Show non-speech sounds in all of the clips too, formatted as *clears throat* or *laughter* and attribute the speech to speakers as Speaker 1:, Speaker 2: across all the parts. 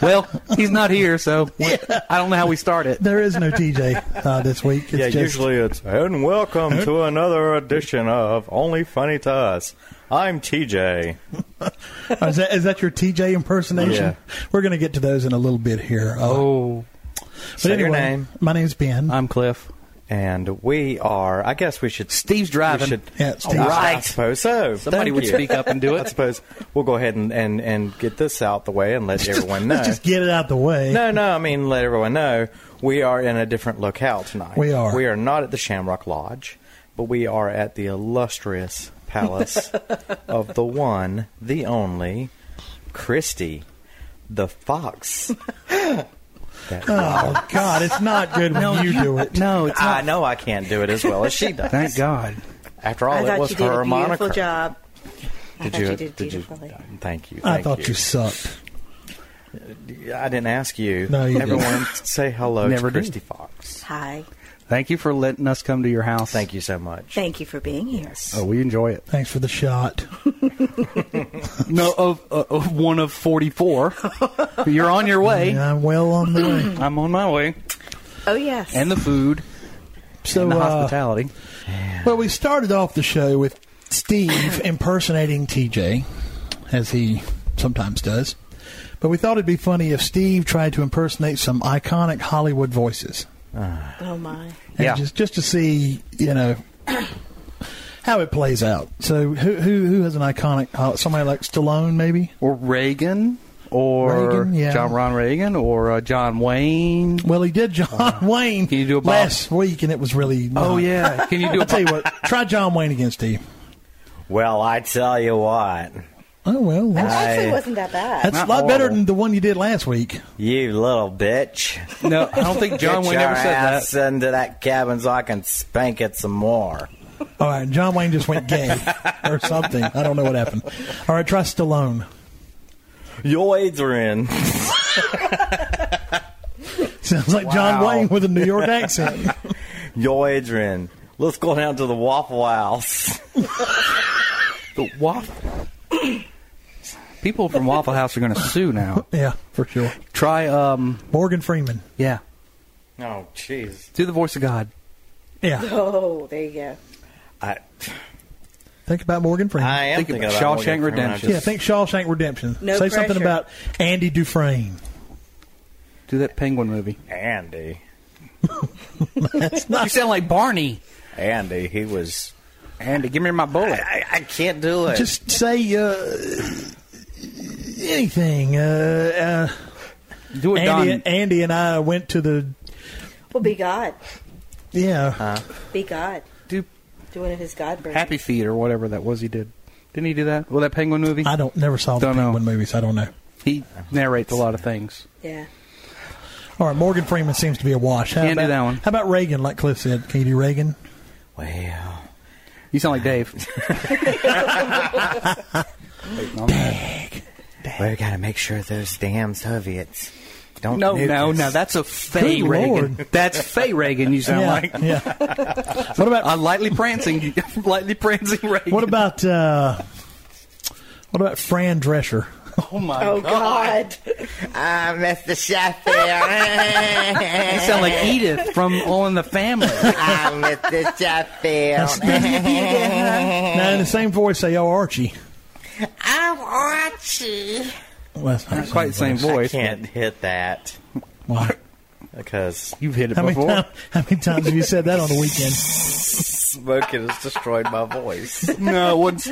Speaker 1: well, he's not here, so we- I don't know how we start it.
Speaker 2: There is no TJ uh, this week. It's
Speaker 3: yeah,
Speaker 2: just-
Speaker 3: usually it's and welcome to another edition of Only Funny to Us. I'm TJ.
Speaker 2: Oh, Is that, is that your TJ impersonation?
Speaker 3: Yeah.
Speaker 2: We're going to get to those in a little bit here. Uh,
Speaker 1: Oh,
Speaker 2: but
Speaker 3: say your
Speaker 2: anyway,
Speaker 3: name.
Speaker 2: My name's Ben.
Speaker 1: I'm Cliff.
Speaker 3: And we are I guess we should
Speaker 1: Steve's
Speaker 3: we
Speaker 1: driving.
Speaker 3: should Oh,
Speaker 2: Yeah, Steve's
Speaker 3: I- I
Speaker 1: driving.
Speaker 3: suppose so.
Speaker 1: Somebody
Speaker 3: Thank
Speaker 1: would
Speaker 3: you.
Speaker 1: speak up and do
Speaker 3: I
Speaker 1: it.
Speaker 3: suppose we'll go ahead and, and, and get this out the way
Speaker 2: *laughs*
Speaker 3: and let everyone know.
Speaker 2: Let's just get it out the way.
Speaker 3: No, no, I mean let everyone know we are in a different locale tonight.
Speaker 2: We are.
Speaker 3: We are not at the Shamrock Lodge, but we are at the illustrious palace
Speaker 2: *laughs*
Speaker 3: of the one, the only, Christie, the fox. That-
Speaker 2: Oh, God, it's not good when you do it.
Speaker 1: *laughs* No, it's
Speaker 3: I
Speaker 1: not.
Speaker 3: know I can't do it as
Speaker 2: *laughs*
Speaker 3: well as she does.
Speaker 1: Thank God.
Speaker 3: After all,
Speaker 4: I
Speaker 3: Oh, it
Speaker 4: thought
Speaker 3: was
Speaker 4: you did
Speaker 3: her
Speaker 4: a beautiful
Speaker 3: moniker.
Speaker 4: job. I
Speaker 3: Did
Speaker 4: thought
Speaker 3: you?
Speaker 4: you, did
Speaker 3: did you?
Speaker 4: beautifully.
Speaker 3: Thank you.
Speaker 2: I
Speaker 3: thank
Speaker 2: thought you. sucked.
Speaker 3: I didn't ask you.
Speaker 2: No, you didn't.
Speaker 3: Everyone, say hello
Speaker 1: Never
Speaker 3: to
Speaker 1: do.
Speaker 3: Christy Fox.
Speaker 4: Hi.
Speaker 1: Thank you for letting us come to your house.
Speaker 3: Thank you so much.
Speaker 4: Thank you for being here.
Speaker 1: Oh, we enjoy it.
Speaker 2: Thanks for the shot.
Speaker 1: *laughs* No, of, uh, of one of 44. You're on your way.
Speaker 2: Yeah, I'm well on the way.
Speaker 1: I'm on my way.
Speaker 4: Oh, yes.
Speaker 1: And the food
Speaker 2: So,
Speaker 1: and the
Speaker 2: uh,
Speaker 1: hospitality.
Speaker 2: well, we started off the show with Steve impersonating TJ, as he sometimes does. But we thought it'd be funny if Steve tried to impersonate some iconic Hollywood voices.
Speaker 4: oh, my.
Speaker 2: and
Speaker 1: Yeah.
Speaker 2: just just to see you know *coughs* how it plays out. So who who who has an iconic uh, somebody like Stallone maybe?
Speaker 1: Or Reagan. Or
Speaker 2: Reagan, yeah.
Speaker 1: John Ron Reagan. Or uh, John Wayne.
Speaker 2: Well, he did John *laughs* Wayne
Speaker 1: Can you Uh-huh. do a Bob?
Speaker 2: last week, and it was really
Speaker 1: Oh,
Speaker 2: not-
Speaker 1: yeah. Can you do
Speaker 2: I'll
Speaker 1: a
Speaker 2: tell you what, try John Wayne against Steve.
Speaker 3: Well, I tell you what.
Speaker 2: Oh well, that's,
Speaker 4: Actually,
Speaker 3: I-
Speaker 4: it wasn't that bad.
Speaker 2: that's a
Speaker 1: Not
Speaker 2: lot better
Speaker 1: horrible.
Speaker 2: than the one you did last week.
Speaker 3: You little bitch.
Speaker 1: *laughs* No, I don't think John
Speaker 3: Get
Speaker 1: Wayne
Speaker 3: your
Speaker 1: ever said
Speaker 3: ass
Speaker 1: that.
Speaker 3: into that cabin so I can spank it some more.
Speaker 2: All right, John Wayne just
Speaker 1: *laughs*
Speaker 2: went gay or something. I don't know what happened. All right, try Stallone. *laughs*
Speaker 3: Your aids are in.
Speaker 2: Sounds like John
Speaker 3: Wow.
Speaker 2: Wayne with a New
Speaker 1: *laughs*
Speaker 2: York accent.
Speaker 3: Your aids are in. Let's go down to the Waffle House.
Speaker 1: The waffle. *coughs* People from Waffle House are going to sue now.
Speaker 2: yeah, for sure.
Speaker 1: Try, um,
Speaker 2: Morgan Freeman.
Speaker 1: yeah,
Speaker 3: Oh, jeez.
Speaker 1: do the voice of God.
Speaker 2: Yeah,
Speaker 4: Oh, there you go.
Speaker 3: I,
Speaker 2: think about Morgan Freeman.
Speaker 3: I am
Speaker 1: Think
Speaker 3: thinking
Speaker 1: about
Speaker 3: about
Speaker 1: Shawshank
Speaker 3: Morgan Freeman. I
Speaker 1: Redemption.
Speaker 2: Yeah,
Speaker 3: just-
Speaker 2: think Shawshank Redemption.
Speaker 4: No
Speaker 2: Say something
Speaker 4: pressure.
Speaker 2: about Andy Dufresne.
Speaker 1: Do that penguin movie.
Speaker 3: Andy.
Speaker 1: You sound like Barney.
Speaker 3: Andy, he was.
Speaker 1: Andy, give me my bullet.
Speaker 3: I, I can't do it.
Speaker 2: Just say uh, anything. Uh,
Speaker 1: Do a
Speaker 2: uh, Andy,
Speaker 1: Don.
Speaker 2: Andy and I went to the
Speaker 4: Well, be God.
Speaker 2: yeah.
Speaker 4: Be God.
Speaker 1: Do
Speaker 4: Do one of his God versions.
Speaker 1: Happy Feet or whatever that was he did. Didn't he do that? Well, that penguin movie.
Speaker 2: I don't never saw the
Speaker 1: Don't know.
Speaker 2: Penguin movies. I don't know.
Speaker 1: He narrates a lot of things.
Speaker 4: Yeah.
Speaker 2: All right, Morgan Freeman seems to be a wash. How
Speaker 1: Can't do
Speaker 2: about,
Speaker 1: that one.
Speaker 2: How about Reagan? Like Cliff said, can you do Reagan?
Speaker 3: well,
Speaker 1: You sound like Dave. Wait, no, I'm not.
Speaker 3: we gotta make sure those damn Soviets
Speaker 1: *laughs*
Speaker 3: don't.
Speaker 1: no,
Speaker 3: nuke
Speaker 1: no,
Speaker 3: us.
Speaker 1: no. That's a Fay
Speaker 2: Good
Speaker 1: Reagan.
Speaker 2: Lord.
Speaker 1: That's Fay Reagan. You sound
Speaker 2: yeah,
Speaker 1: like
Speaker 2: yeah.
Speaker 1: *laughs*
Speaker 2: what about
Speaker 1: a lightly prancing, *laughs* lightly prancing Reagan.
Speaker 2: what about uh, what about
Speaker 1: *laughs*
Speaker 2: Fran Drescher?
Speaker 1: Oh my
Speaker 4: Oh, God.
Speaker 3: Ah, Mr. *laughs* Sheffield.
Speaker 1: You sound like Edith from All in the Family.
Speaker 3: ah,
Speaker 2: *laughs*
Speaker 3: Mr. Sheffield.
Speaker 2: now in the same voice, say "Oh Archie."
Speaker 3: I'm Archie.
Speaker 2: Well, that's not
Speaker 1: Not quite the same
Speaker 3: I
Speaker 1: voice.
Speaker 3: can't hit that
Speaker 2: Why?
Speaker 3: because
Speaker 1: You've hit it
Speaker 2: How many,
Speaker 1: before.
Speaker 2: time, how many times have you said that on the weekend?
Speaker 3: smoking has destroyed my voice.
Speaker 1: *laughs* No, what's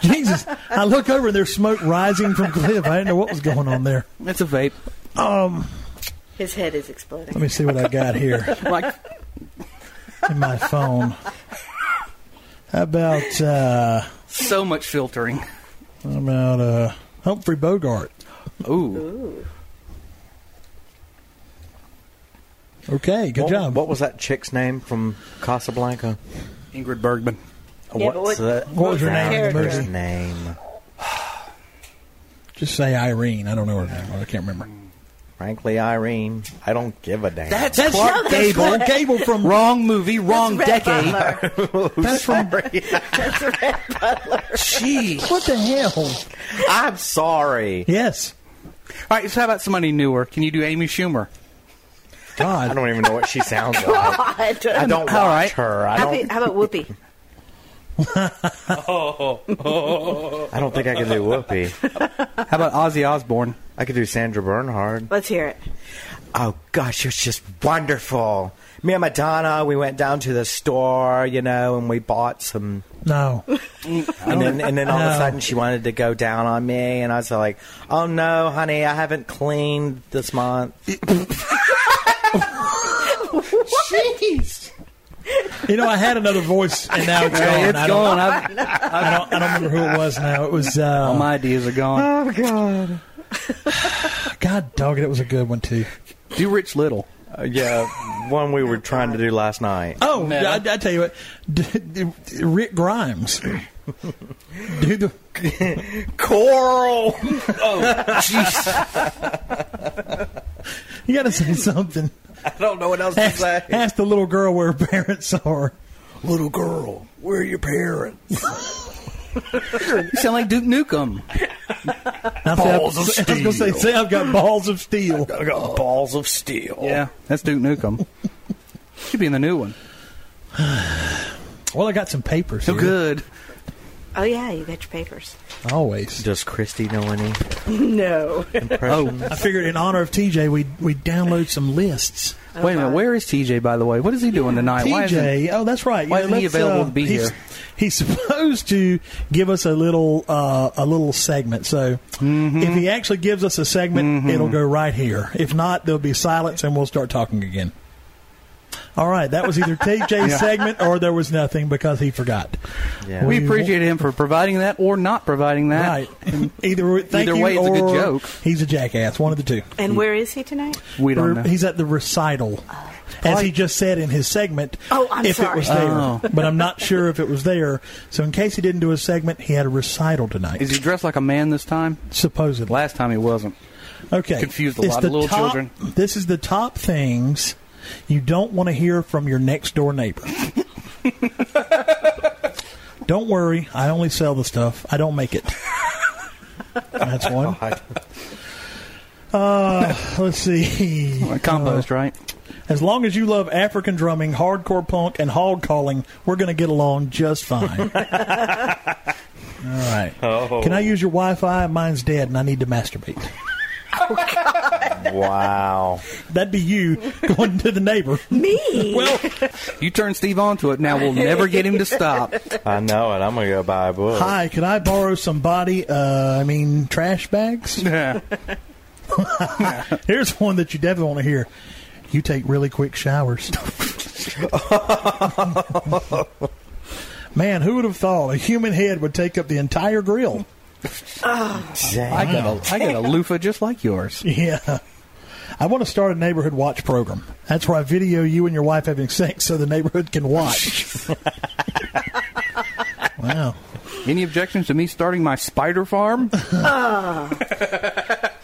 Speaker 2: Jesus. I look over and there's smoke rising from Cliff. I didn't know what was going on there.
Speaker 1: that's a vape.
Speaker 4: His head is
Speaker 2: Let
Speaker 4: exploding.
Speaker 2: me see what I got here
Speaker 1: Like
Speaker 2: in my phone. How about, uh,
Speaker 1: so much filtering.
Speaker 2: how about, uh, Humphrey Bogart?
Speaker 1: Ooh.
Speaker 4: Ooh.
Speaker 2: Okay, good
Speaker 3: what,
Speaker 2: job.
Speaker 3: What was that chick's name from Casablanca?
Speaker 1: Ingrid Bergman.
Speaker 4: Yeah, but
Speaker 3: What's
Speaker 4: what-
Speaker 3: that?
Speaker 2: what was her
Speaker 3: that
Speaker 4: name in the
Speaker 3: actor's
Speaker 2: movie?
Speaker 3: name?
Speaker 2: Just say Irene. I don't know her name. I can't remember.
Speaker 3: Frankly, Irene. I don't give a damn. *laughs*
Speaker 1: That's, Clark
Speaker 4: no, that's
Speaker 1: Gable.
Speaker 2: Clark Gable from-
Speaker 1: wrong movie, wrong
Speaker 4: Red
Speaker 1: decade.
Speaker 4: Butler.
Speaker 2: That's from,
Speaker 1: Jeez.
Speaker 2: what the hell?
Speaker 3: I'm sorry.
Speaker 2: Yes.
Speaker 1: All right, so how about somebody newer? Can you do Amy Schumer?
Speaker 3: I
Speaker 2: God,
Speaker 3: don't even know what she sounds like.
Speaker 4: God.
Speaker 3: I don't watch
Speaker 1: All right.
Speaker 3: her. I
Speaker 4: How, be-
Speaker 3: don't.
Speaker 4: how about Whoopi?
Speaker 3: I don't think I can do Whoopi.
Speaker 1: How about Ozzy Osbourne?
Speaker 3: I could do Sandra Bernhard.
Speaker 4: Let's hear it.
Speaker 3: Oh gosh, it was just wonderful. Me and Madonna, we went down to the store, you know, and we bought some.
Speaker 2: no.
Speaker 3: And then, and then all
Speaker 1: Oh,
Speaker 3: of a
Speaker 2: No.
Speaker 3: sudden, she wanted to go down on me, and I was like, "Oh no, honey, I haven't cleaned this month."
Speaker 2: Jeez. You know, I had another voice, and now it's gone.
Speaker 1: Hey, it's
Speaker 2: I, don't,
Speaker 1: gone. I,
Speaker 2: I don't. I don't remember who it was now. It was. Uh,
Speaker 1: all my ideas are gone.
Speaker 2: God, dog it! It was a good one too.
Speaker 1: Do Rich Little.
Speaker 3: Uh, yeah, one we were trying to do last night.
Speaker 2: Oh,
Speaker 1: No.
Speaker 2: I, I tell you what, d- d- Rick Grimes. Dude, the,
Speaker 3: Coral.
Speaker 1: Jeez,
Speaker 2: you got to say something.
Speaker 1: I don't know what else to
Speaker 2: Ask,
Speaker 1: say.
Speaker 2: ask the little girl where her parents are.
Speaker 1: Little girl, where are your parents? you sound like Duke Nukem.
Speaker 2: Now, see,
Speaker 1: Balls
Speaker 2: I've-
Speaker 1: of
Speaker 2: *laughs* I was going to say, say
Speaker 1: *laughs*
Speaker 2: I've got balls of steel.
Speaker 3: *laughs* Balls of steel.
Speaker 1: Yeah, that's Duke Nukem. Should be in the new one.
Speaker 2: Well, I got some papers.
Speaker 1: So
Speaker 2: here.
Speaker 1: good.
Speaker 4: Oh yeah, you got your papers.
Speaker 2: Always.
Speaker 3: Does Christy know any?
Speaker 4: No.
Speaker 1: Oh,
Speaker 2: I figured in honor of TJ, we we download some lists.
Speaker 1: wait a minute. Where is TJ, by the way? What is he doing tonight? Why is
Speaker 2: TJ, oh, that's right.
Speaker 1: why
Speaker 2: Yeah,
Speaker 1: isn't he
Speaker 2: let's, uh,
Speaker 1: available to be
Speaker 2: he's,
Speaker 1: here?
Speaker 2: He's *laughs* supposed to give us a little uh, a little segment. So
Speaker 1: Mm-hmm.
Speaker 2: if he actually gives us a segment, it'll go right here. If not, there'll be silence and we'll start talking again. All right, that was
Speaker 1: *laughs*
Speaker 2: either TJ's segment or there was nothing because he forgot.
Speaker 3: Yeah.
Speaker 1: we appreciate him for providing that or not providing that.
Speaker 2: Right. Either, thank
Speaker 1: Either
Speaker 2: you,
Speaker 1: way, it's a good
Speaker 2: or
Speaker 1: joke.
Speaker 2: He's a jackass. One of the two.
Speaker 4: And where is he tonight?
Speaker 1: We don't know.
Speaker 2: He's at the recital. As he just said in his segment,
Speaker 4: Oh, I'm
Speaker 2: if it
Speaker 4: sorry.
Speaker 2: was there,
Speaker 1: Oh.
Speaker 2: but I'm not sure if it was there. So, in case he didn't do a segment, he had a recital tonight,
Speaker 1: Is he dressed like a man this time?
Speaker 2: supposedly.
Speaker 1: Last time he wasn't.
Speaker 2: Okay,
Speaker 1: confused a
Speaker 2: It's
Speaker 1: lot of
Speaker 2: the
Speaker 1: little
Speaker 2: top-
Speaker 1: children.
Speaker 2: This is the top things you don't want to hear from your next door
Speaker 1: *laughs*
Speaker 2: neighbor. don't worry, I only sell the stuff. I don't make it. That's
Speaker 1: *laughs*
Speaker 2: one. Uh, let's see.
Speaker 1: Like compost, right?
Speaker 2: As long as you love African drumming, hardcore punk, and hog calling, we're going to get along just fine. All right.
Speaker 3: Oh.
Speaker 2: Can I use your Wi Fi? Mine's dead and I need to masturbate.
Speaker 3: Wow.
Speaker 2: That'd be you going to the neighbor.
Speaker 4: Me.
Speaker 2: Well,
Speaker 1: You turn Steve onto it. Now we'll never get him to
Speaker 2: *laughs*
Speaker 1: stop.
Speaker 3: I know it. I'm gonna go buy a book.
Speaker 2: hi, could I borrow some body, uh, I mean, trash bags?
Speaker 1: Yeah.
Speaker 2: Here's one that you definitely want to hear. You take really quick showers. *laughs* Man, who would have thought a human head would take up the entire grill?
Speaker 3: Dang.
Speaker 1: I got a I got a loofah just like yours.
Speaker 2: *laughs* Yeah. I want to start a neighborhood watch program. That's where I video you and your wife having sex so the neighborhood can watch. wow.
Speaker 1: Any objections to me starting my spider farm?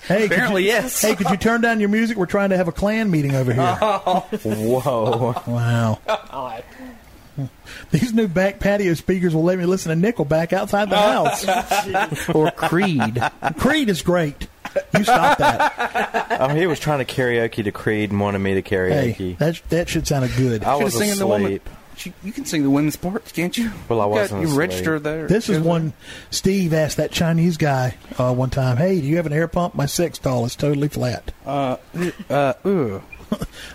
Speaker 2: Hey,
Speaker 1: Apparently,
Speaker 2: could you,
Speaker 1: yes.
Speaker 2: Hey, could you turn down your music? We're trying to have a clan meeting over here.
Speaker 3: Whoa.
Speaker 2: Wow. These new back patio speakers will let me listen to Nickelback outside the house.
Speaker 1: or
Speaker 2: *laughs*
Speaker 1: Creed?
Speaker 2: Creed is great. You stop that.
Speaker 3: Oh, he was trying to karaoke to Creed and wanted me to
Speaker 2: Hey,
Speaker 3: karaoke.
Speaker 2: that that should sound good.
Speaker 3: I
Speaker 1: Should've
Speaker 3: was
Speaker 1: sing
Speaker 3: asleep.
Speaker 1: in the woman. She- You can sing the women's parts, can't you?
Speaker 3: Well, I
Speaker 1: You got-
Speaker 3: wasn't
Speaker 1: You
Speaker 3: asleep.
Speaker 1: register there.
Speaker 2: This is one Steve asked that Chinese guy uh, one time. Hey, do you have an air pump? My sex doll is totally flat.
Speaker 1: Uh, uh, ooh.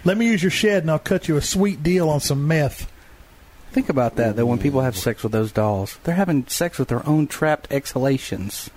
Speaker 2: Let me use your shed, and I'll cut you a sweet deal on some meth.
Speaker 1: Think about that, though, when people have sex with those dolls. They're having sex with their own trapped exhalations.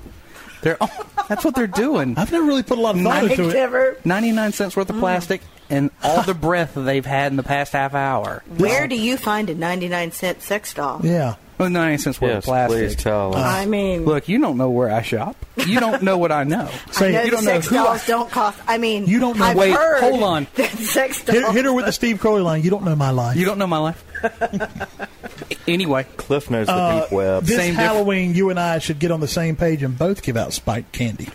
Speaker 1: They're, *laughs* that's what they're doing.
Speaker 2: I've never really put a lot of thought
Speaker 1: Nice.
Speaker 4: I
Speaker 2: into it.
Speaker 4: never.
Speaker 1: 99 cents worth of plastic and all the breath they've had in the past half hour.
Speaker 4: Where do you find a 99 cent sex doll?
Speaker 2: Yeah,
Speaker 1: Well, 99 cents worth
Speaker 3: Yes,
Speaker 1: of plastic.
Speaker 3: please tell us.
Speaker 4: I mean,
Speaker 1: Look, you don't know where I shop. You don't know what I know.
Speaker 4: I know
Speaker 2: say
Speaker 4: the
Speaker 2: it.
Speaker 1: don't know
Speaker 4: sex
Speaker 1: who I-
Speaker 4: dolls don't cost. I mean,
Speaker 2: You don't know-
Speaker 4: I've
Speaker 1: Wait,
Speaker 4: heard
Speaker 1: hold on.
Speaker 4: *laughs* That sex dolls.
Speaker 2: Hit, hit her with the Steve Crowley line. You don't know my life.
Speaker 1: You don't know my life.
Speaker 3: *laughs*
Speaker 1: anyway,
Speaker 3: Cliff knows the deep web.
Speaker 2: This
Speaker 1: Same diff-
Speaker 2: Halloween, you and I should get on the same page and both give out spiked candy.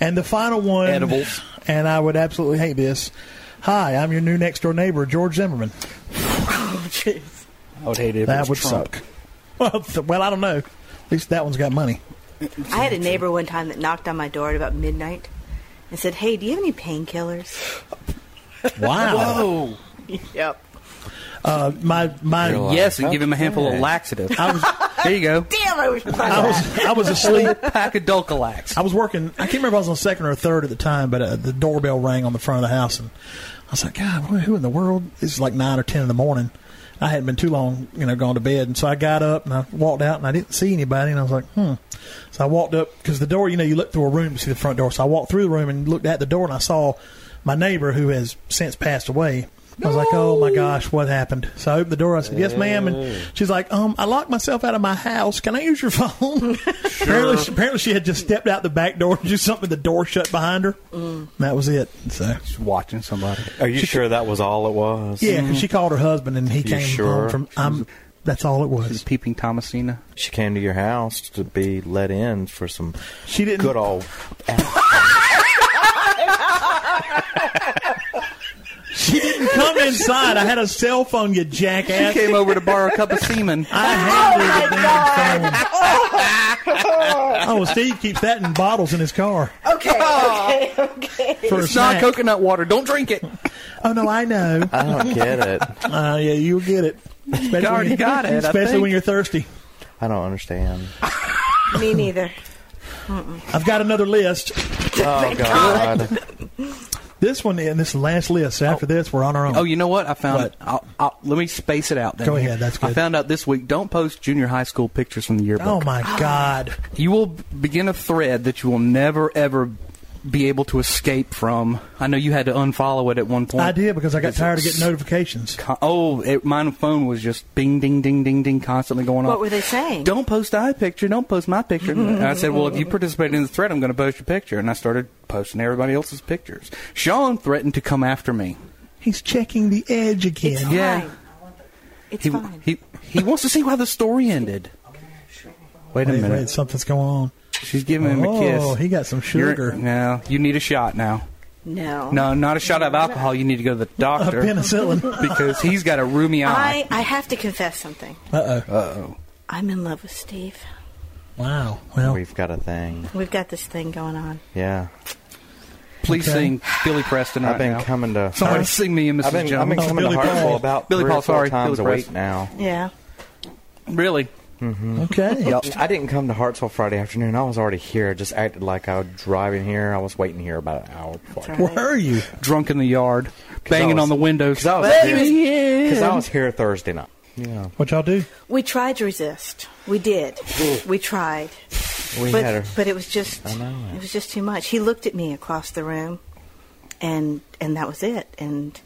Speaker 2: and the final one,
Speaker 1: Edibles.
Speaker 2: And I would absolutely hate this. Hi, I'm your new next door neighbor, George Zimmerman.
Speaker 1: I would hate it. If it
Speaker 2: That
Speaker 1: was
Speaker 2: would
Speaker 1: Trump.
Speaker 2: suck. Well, th- well, I don't know. At least that one's got money.
Speaker 4: I had a neighbor one time that knocked on my door at about midnight and said, "Hey, do you have any painkillers?"
Speaker 2: Wow.
Speaker 1: Oh,
Speaker 4: Yep.
Speaker 2: *laughs* Uh, my my
Speaker 3: You're like-
Speaker 1: yes, and give him a handful of
Speaker 3: Okay.
Speaker 1: laxative. there you go.
Speaker 4: Damn, I wish I
Speaker 2: I was I was asleep.
Speaker 1: Pack of Dulcolax.
Speaker 2: I was working. I can't remember if I was on second or third at the time, but uh, the doorbell rang on the front of the house, and I was like, God, who who in the world? It's like nine or ten in the morning. I hadn't been too long, you know, gone to bed, and so I got up and I walked out, and I didn't see anybody, and I was like, hmm. So I walked up because the door, you know, you look through a room to see the front door. So I walked through the room and looked at the door, and I saw my neighbor who has since passed away. I was like, oh my gosh, what happened? So I opened the door. I said, yes, ma'am. And she's like, um, I locked myself out of my house. Can I use your phone? apparently, she, apparently, she had just stepped out the back door and do something. The door shut behind her. And that was it. So
Speaker 1: Just watching somebody.
Speaker 3: Are you sure that was all it was?
Speaker 2: yeah, 'cause she called her husband and he came home
Speaker 3: sure?
Speaker 2: from. I'm, that's all it
Speaker 1: Is *laughs*
Speaker 2: was.
Speaker 1: peeping Thomasina.
Speaker 3: She came to your house to be let in for some
Speaker 2: She didn't.
Speaker 3: good old.
Speaker 2: She didn't come inside. I had a cell phone, you jackass.
Speaker 1: Came over to borrow a cup of semen.
Speaker 2: I handled the damn phone. *laughs* oh, well, Steve keeps that in bottles in his car
Speaker 4: Okay. okay.
Speaker 2: for a
Speaker 1: It's not
Speaker 2: snack.
Speaker 1: coconut water. Don't drink it.
Speaker 2: Oh no, I know.
Speaker 3: I don't get it.
Speaker 2: Uh, yeah, you'll get it. Especially
Speaker 1: already
Speaker 2: when you-
Speaker 1: got it, I
Speaker 2: Especially
Speaker 1: think.
Speaker 2: when you're thirsty.
Speaker 3: I don't understand.
Speaker 4: Me neither.
Speaker 2: I've got another list.
Speaker 3: Oh God!
Speaker 2: This one and this last list. After this, we're on our own.
Speaker 1: Oh, you know what? I found.
Speaker 2: What?
Speaker 1: I'll, I'll, let me space it out. Then.
Speaker 2: Go ahead, that's
Speaker 1: I
Speaker 2: good.
Speaker 1: found out this week. Don't post junior high school pictures from the yearbook.
Speaker 2: Oh, my God.
Speaker 1: You will begin a thread that you will never ever be able to escape from. I know you had to unfollow it at one point.
Speaker 2: I did because I got
Speaker 1: It's-
Speaker 2: tired of getting notifications.
Speaker 1: Con- oh, it, my phone was just bing, ding, ding, ding, ding, constantly going on.
Speaker 4: What were they saying?
Speaker 1: Don't post my picture. Don't post my
Speaker 4: *laughs*
Speaker 1: picture. and I said, well, if you participate in the thread, I'm going to post your picture. And I started posting everybody else's pictures. Sean threatened to come after me.
Speaker 2: He's checking the edge
Speaker 4: It's
Speaker 2: again.
Speaker 4: fine.
Speaker 1: Yeah.
Speaker 4: It's
Speaker 1: He
Speaker 4: fine.
Speaker 1: he he wants to see how the story ended. Wait a
Speaker 2: Wait,
Speaker 1: minute.
Speaker 2: wait, something's going on.
Speaker 1: She's giving him a kiss.
Speaker 2: Oh, he got some
Speaker 1: You're-
Speaker 2: sugar.
Speaker 1: no, you need a shot now.
Speaker 4: no.
Speaker 1: No, not a shot of alcohol. You need to go to the
Speaker 2: A
Speaker 1: doctor
Speaker 2: penicillin.
Speaker 1: *laughs* because he's got a roomy eye.
Speaker 4: I, I have to confess something.
Speaker 2: Uh oh.
Speaker 4: I'm in love with Steve.
Speaker 2: Wow. Well,
Speaker 3: We've got a thing.
Speaker 4: We've got this thing going on.
Speaker 3: Yeah,
Speaker 1: Please
Speaker 2: Okay.
Speaker 1: sing Billy Preston right
Speaker 3: I've been
Speaker 1: now.
Speaker 3: coming to.
Speaker 1: Somebody sing me and Mrs.
Speaker 3: I've been, I've
Speaker 1: Jones.
Speaker 3: been
Speaker 2: Oh,
Speaker 3: coming
Speaker 2: Billy
Speaker 3: to Hartsville
Speaker 2: Paul.
Speaker 3: about
Speaker 1: Billy
Speaker 3: three
Speaker 1: Paul,
Speaker 3: or four
Speaker 1: sorry,
Speaker 3: times
Speaker 1: Billy
Speaker 3: a week
Speaker 1: Preston.
Speaker 3: now.
Speaker 4: Yeah.
Speaker 1: really?
Speaker 2: okay.
Speaker 3: I didn't come to Hartsville Friday afternoon. I was already here. I just acted like I was driving here. I was waiting here about an hour. Before.
Speaker 4: right.
Speaker 2: Where are you?
Speaker 1: Drunk in the yard, banging
Speaker 3: was-
Speaker 1: on the windows.
Speaker 3: Because I, was here- 'cause I was here Thursday night. Yeah,
Speaker 2: What y'all do?
Speaker 4: We tried to resist. We did. we tried.
Speaker 3: we
Speaker 4: But
Speaker 3: had her.
Speaker 4: but it was just
Speaker 3: I know it.
Speaker 4: it was just too much. He looked at me across the room and and that was it. And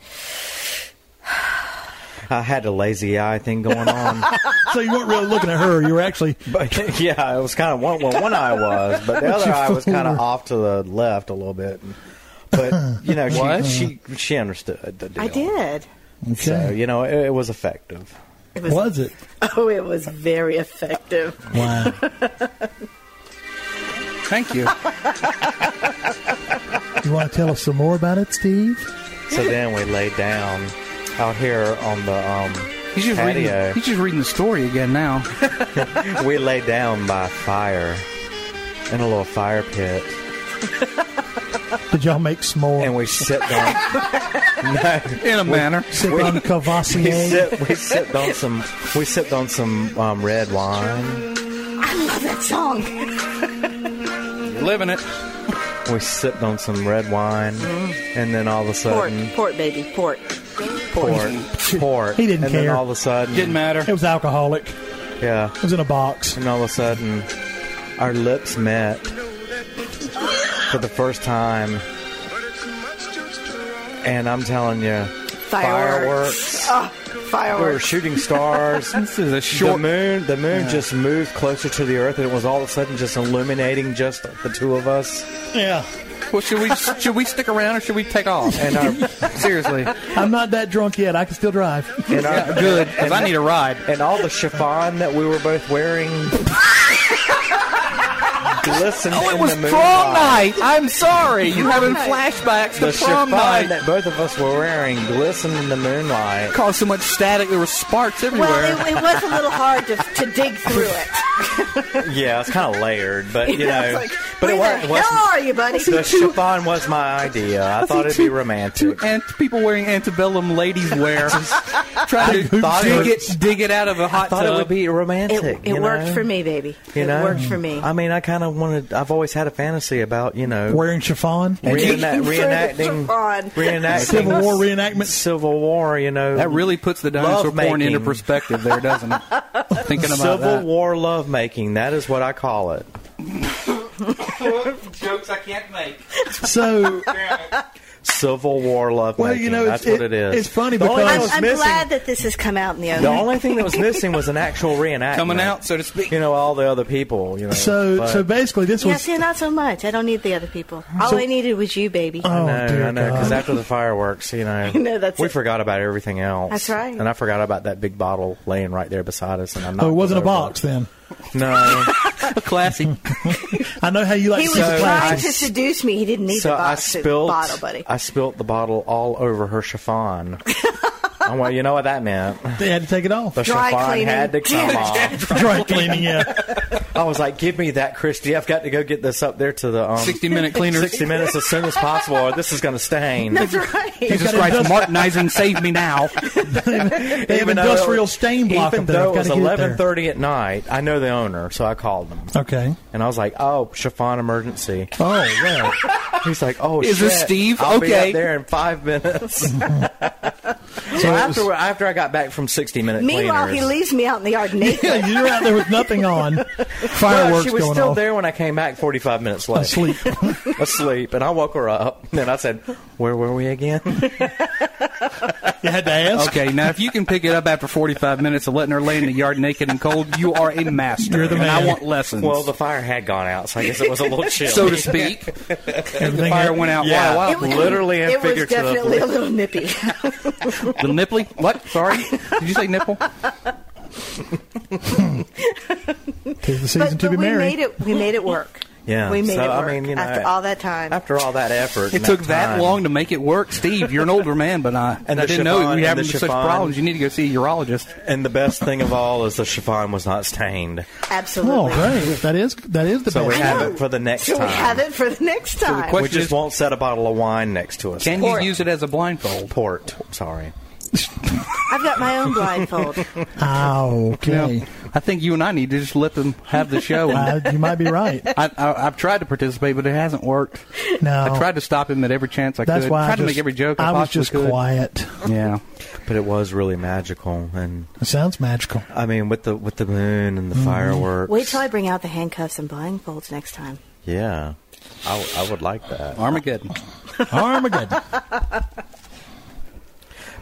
Speaker 3: I had a lazy eye thing going on.
Speaker 2: So you weren't really looking at her. You were actually
Speaker 3: But yeah, it was kind of one. Well, one eye was, but the other
Speaker 2: you
Speaker 3: eye was kind
Speaker 2: fool.
Speaker 3: of off to the left a little bit. But you know,
Speaker 1: What?
Speaker 3: she she she understood the deal.
Speaker 4: I did.
Speaker 3: So
Speaker 2: okay.
Speaker 3: you know, it, it was effective.
Speaker 4: It was,
Speaker 2: Was it?
Speaker 4: Oh, it was very effective.
Speaker 2: Wow.
Speaker 1: Thank you.
Speaker 2: You want to tell us some more about it, Steve?
Speaker 3: So then we laid down out here on the um,
Speaker 1: He's just, reading,
Speaker 3: patio.
Speaker 1: he's just reading the story again
Speaker 3: *laughs*
Speaker 1: now.
Speaker 3: we lay down by fire in a little fire pit,
Speaker 2: Did y'all make s'more?
Speaker 3: and we sit down. *laughs* no,
Speaker 1: In a manner.
Speaker 2: Sip on
Speaker 3: we
Speaker 2: Cavassier.
Speaker 3: sit we sipped on some we sipped on some um, red wine.
Speaker 4: I love that song.
Speaker 1: Living it.
Speaker 3: We sipped on some red wine, and then all of a
Speaker 4: Port,
Speaker 3: sudden.
Speaker 4: port, baby, port.
Speaker 3: port, port.
Speaker 2: He didn't
Speaker 3: and Then
Speaker 2: care.
Speaker 3: all of a sudden,
Speaker 1: Didn't
Speaker 2: It
Speaker 1: matter.
Speaker 2: was alcoholic.
Speaker 3: Yeah,
Speaker 2: It was in a box.
Speaker 3: and all of a sudden, our lips met for the first time, and I'm telling you,
Speaker 4: Fireworks. Ah,
Speaker 3: fireworks. We were
Speaker 4: Fireworks.
Speaker 2: *laughs*
Speaker 3: shooting stars.
Speaker 1: This is a
Speaker 3: The
Speaker 1: short.
Speaker 3: moon, the moon just moved closer to the earth, and it was all of a sudden just illuminating just the two of us.
Speaker 2: Yeah.
Speaker 1: Well, should we should we stick around or should we take
Speaker 3: *laughs*
Speaker 1: off?
Speaker 3: And
Speaker 1: *laughs*
Speaker 3: our,
Speaker 1: Seriously,
Speaker 2: I'm not that drunk yet. I can still drive.
Speaker 3: and,
Speaker 1: Yeah,
Speaker 3: our
Speaker 1: good because I need a ride.
Speaker 3: and all the chiffon that we were both wearing Listen
Speaker 1: Oh, it
Speaker 3: in
Speaker 1: was
Speaker 3: the
Speaker 1: prom
Speaker 3: moonlight.
Speaker 1: night. I'm sorry. You're having flashbacks
Speaker 3: The
Speaker 1: to
Speaker 3: chiffon
Speaker 1: prom night.
Speaker 3: that both of us were wearing glistened in the moonlight.
Speaker 1: caused so much static. There were sparks everywhere.
Speaker 4: Well, it, it was a little hard to, to dig
Speaker 3: *laughs*
Speaker 4: through it.
Speaker 3: Yeah, it's kind of layered,
Speaker 1: *laughs*
Speaker 3: but you know,
Speaker 4: I was like,
Speaker 3: but it
Speaker 4: where
Speaker 3: wasn't.
Speaker 4: the hell are you, buddy?
Speaker 3: the chiffon was my idea. I, thought it'd be romantic.
Speaker 1: And people wearing antebellum ladies
Speaker 3: *laughs*
Speaker 1: wear, trying to
Speaker 3: thought it
Speaker 1: dig
Speaker 3: was-
Speaker 1: it, dig it out of a hot
Speaker 3: I thought
Speaker 1: tub.
Speaker 3: it would be romantic.
Speaker 4: It,
Speaker 3: you
Speaker 4: it worked
Speaker 3: know?
Speaker 4: for me, baby.
Speaker 3: You know,
Speaker 4: It worked for me.
Speaker 3: I mean, I kind of wanted. I've always had a fantasy about you know
Speaker 2: Wearing chiffon.
Speaker 3: reenact,
Speaker 4: *laughs* Digging through the
Speaker 3: reenacting,
Speaker 4: chiffon.
Speaker 3: reenacting
Speaker 2: Civil War reenactment.
Speaker 3: Civil War. You know
Speaker 1: that really puts the dinosaur porn
Speaker 3: lovemaking.
Speaker 1: into perspective, there, doesn't
Speaker 3: *laughs*
Speaker 1: it? Thinking about
Speaker 3: Civil
Speaker 1: that.
Speaker 3: War lovemaking. That is what I call it.
Speaker 1: Jokes I can't make.
Speaker 2: So,
Speaker 3: Civil War lovemaking.
Speaker 2: well, you know,
Speaker 3: that's
Speaker 2: it's,
Speaker 3: what it is.
Speaker 2: it's funny
Speaker 3: The only thing
Speaker 2: because
Speaker 3: that
Speaker 4: I'm,
Speaker 3: was
Speaker 4: I'm
Speaker 3: missing.
Speaker 4: glad that this has come out in the open.
Speaker 3: the only thing that was missing was an actual reenactment
Speaker 1: Coming out, so to speak.
Speaker 3: You know, all the other people. You know,
Speaker 2: so
Speaker 3: but-
Speaker 2: so basically this
Speaker 4: yeah,
Speaker 2: was
Speaker 4: see, not so much. I don't need the other people. All
Speaker 2: So-
Speaker 4: I needed was you, baby.
Speaker 2: oh
Speaker 3: I know,
Speaker 2: dear
Speaker 3: I know, because
Speaker 2: God.
Speaker 3: after the fireworks, you
Speaker 4: *laughs*
Speaker 3: know,
Speaker 4: know, that's
Speaker 3: we
Speaker 4: it.
Speaker 3: forgot about everything else.
Speaker 4: That's right.
Speaker 3: And I forgot about that big bottle laying right there beside us, and I knocked
Speaker 2: Oh, it wasn't a
Speaker 3: over.
Speaker 2: box then.
Speaker 4: *laughs*
Speaker 3: No. *laughs*
Speaker 1: Classy.
Speaker 2: I know how you like
Speaker 4: he
Speaker 2: to
Speaker 4: was
Speaker 2: see the
Speaker 4: trying
Speaker 2: plastic.
Speaker 4: to seduce me. He didn't need
Speaker 3: so
Speaker 4: the
Speaker 3: I
Speaker 4: box,
Speaker 3: spilt
Speaker 4: bottle, buddy.
Speaker 3: I spilt the bottle all over her
Speaker 4: *laughs*
Speaker 3: chiffon. and well, you know what that meant.
Speaker 2: They had to take it off.
Speaker 3: The
Speaker 4: Dry
Speaker 3: chiffon
Speaker 4: cleaning.
Speaker 3: had to
Speaker 4: *laughs*
Speaker 3: come off.
Speaker 2: *laughs* Dry cleaning, yeah.
Speaker 3: I was like, "Give me that, Christy. I've got to go get this up there to the um,
Speaker 1: 60 minute cleaners.
Speaker 3: 60 minutes as soon as possible, or this is going to stain."
Speaker 4: *laughs* That's right.
Speaker 1: Jesus Christ, Martin Eisen, save me now.
Speaker 2: They have
Speaker 3: Even though it
Speaker 2: industrial
Speaker 3: was-
Speaker 2: stain block
Speaker 3: Even
Speaker 2: up there.
Speaker 3: though
Speaker 2: I've
Speaker 3: it was
Speaker 2: got to get it there.
Speaker 3: 11:30 at night, I know the owner, so I called him.
Speaker 2: Okay.
Speaker 3: And I was like, "Oh, chiffon emergency."
Speaker 2: Oh, *laughs* well.
Speaker 3: He's like, "Oh,
Speaker 1: Is this
Speaker 3: shit,
Speaker 1: Steve?
Speaker 3: I'll be
Speaker 1: Okay.
Speaker 3: up there in five minutes."
Speaker 4: *laughs*
Speaker 3: so
Speaker 2: So it was-
Speaker 3: after after I got back from sixty minute
Speaker 4: Meanwhile,
Speaker 3: cleaners,
Speaker 4: he leaves me out in
Speaker 3: *laughs*
Speaker 4: the yard naked.
Speaker 2: yeah, *laughs* you're out there with nothing on.
Speaker 3: Well,
Speaker 2: Fireworks
Speaker 3: she was
Speaker 2: going
Speaker 3: still
Speaker 2: off.
Speaker 3: there when I came back forty five minutes late,
Speaker 2: Asleep.
Speaker 3: asleep. And I woke her up, and I said, "Where were we *laughs* again?"
Speaker 2: You had to ask.
Speaker 1: Okay, now if you can pick it up after 45 minutes of letting her lay in the yard naked and cold, you are a master.
Speaker 2: You're the
Speaker 1: and I
Speaker 2: man.
Speaker 1: want lessons.
Speaker 3: well, the fire had gone out, so I guess it was a *laughs* little chilly.
Speaker 1: so to speak. the
Speaker 2: Everything
Speaker 1: fire
Speaker 2: had-
Speaker 1: went out.
Speaker 3: Yeah.
Speaker 1: Wow, wow.
Speaker 4: was-
Speaker 3: Literally and
Speaker 4: it was
Speaker 3: figuratively.
Speaker 4: definitely a
Speaker 3: *laughs*
Speaker 4: little nippy.
Speaker 1: The nipply? What? Sorry? Did you say nipple?
Speaker 2: Tis the season
Speaker 4: but
Speaker 2: to
Speaker 4: but
Speaker 2: be
Speaker 4: we
Speaker 2: married.
Speaker 4: made it. We made it work.
Speaker 3: *laughs* Yeah,
Speaker 4: we made
Speaker 3: so,
Speaker 4: it
Speaker 3: I
Speaker 4: work
Speaker 3: mean, you know, oh,
Speaker 4: after all that time.
Speaker 3: after all that effort,
Speaker 1: It
Speaker 3: and
Speaker 1: took that
Speaker 3: time.
Speaker 1: long to make it work, Steve. You're an older man, but I,
Speaker 3: And
Speaker 1: I
Speaker 3: the
Speaker 1: didn't know
Speaker 3: chiffon,
Speaker 1: you were
Speaker 3: and the
Speaker 1: having such
Speaker 3: chiffon.
Speaker 1: problems. You need to go see a urologist.
Speaker 3: And the best thing of all is the chiffon was not stained,
Speaker 2: Oh,
Speaker 1: *laughs*
Speaker 4: Absolutely.
Speaker 2: great. That is, that is the
Speaker 3: so we
Speaker 2: best.
Speaker 3: have
Speaker 4: know.
Speaker 3: it for the next
Speaker 4: So
Speaker 3: time.
Speaker 4: we have it for the next time.
Speaker 1: question-
Speaker 3: We just
Speaker 1: Is-
Speaker 3: won't set a bottle of wine next to us.
Speaker 1: Can
Speaker 3: Port.
Speaker 1: you use it as a blindfold?
Speaker 3: Port. Sorry.
Speaker 4: I've got my
Speaker 3: *laughs*
Speaker 4: own blindfold.
Speaker 2: Ow, Ah, okay.
Speaker 1: Yeah. I think you and I need to just let them have the show. I,
Speaker 2: Uh, you might be right.
Speaker 1: *laughs* I, I've tried to participate, but it hasn't worked.
Speaker 2: No.
Speaker 1: I tried to stop him at every chance I
Speaker 2: That's
Speaker 1: could.
Speaker 2: why I
Speaker 1: tried to
Speaker 2: just-
Speaker 1: make every joke.
Speaker 2: I,
Speaker 1: I,
Speaker 2: was
Speaker 1: possibly
Speaker 2: just
Speaker 1: could.
Speaker 2: quiet.
Speaker 1: Yeah.
Speaker 3: But it was really magical, and
Speaker 2: It sounds magical.
Speaker 3: I mean, with the with the moon and the fireworks.
Speaker 4: Wait till I bring out the handcuffs and blindfolds next time.
Speaker 3: Yeah, I, w- I would like that.
Speaker 1: Armageddon.
Speaker 2: Armageddon.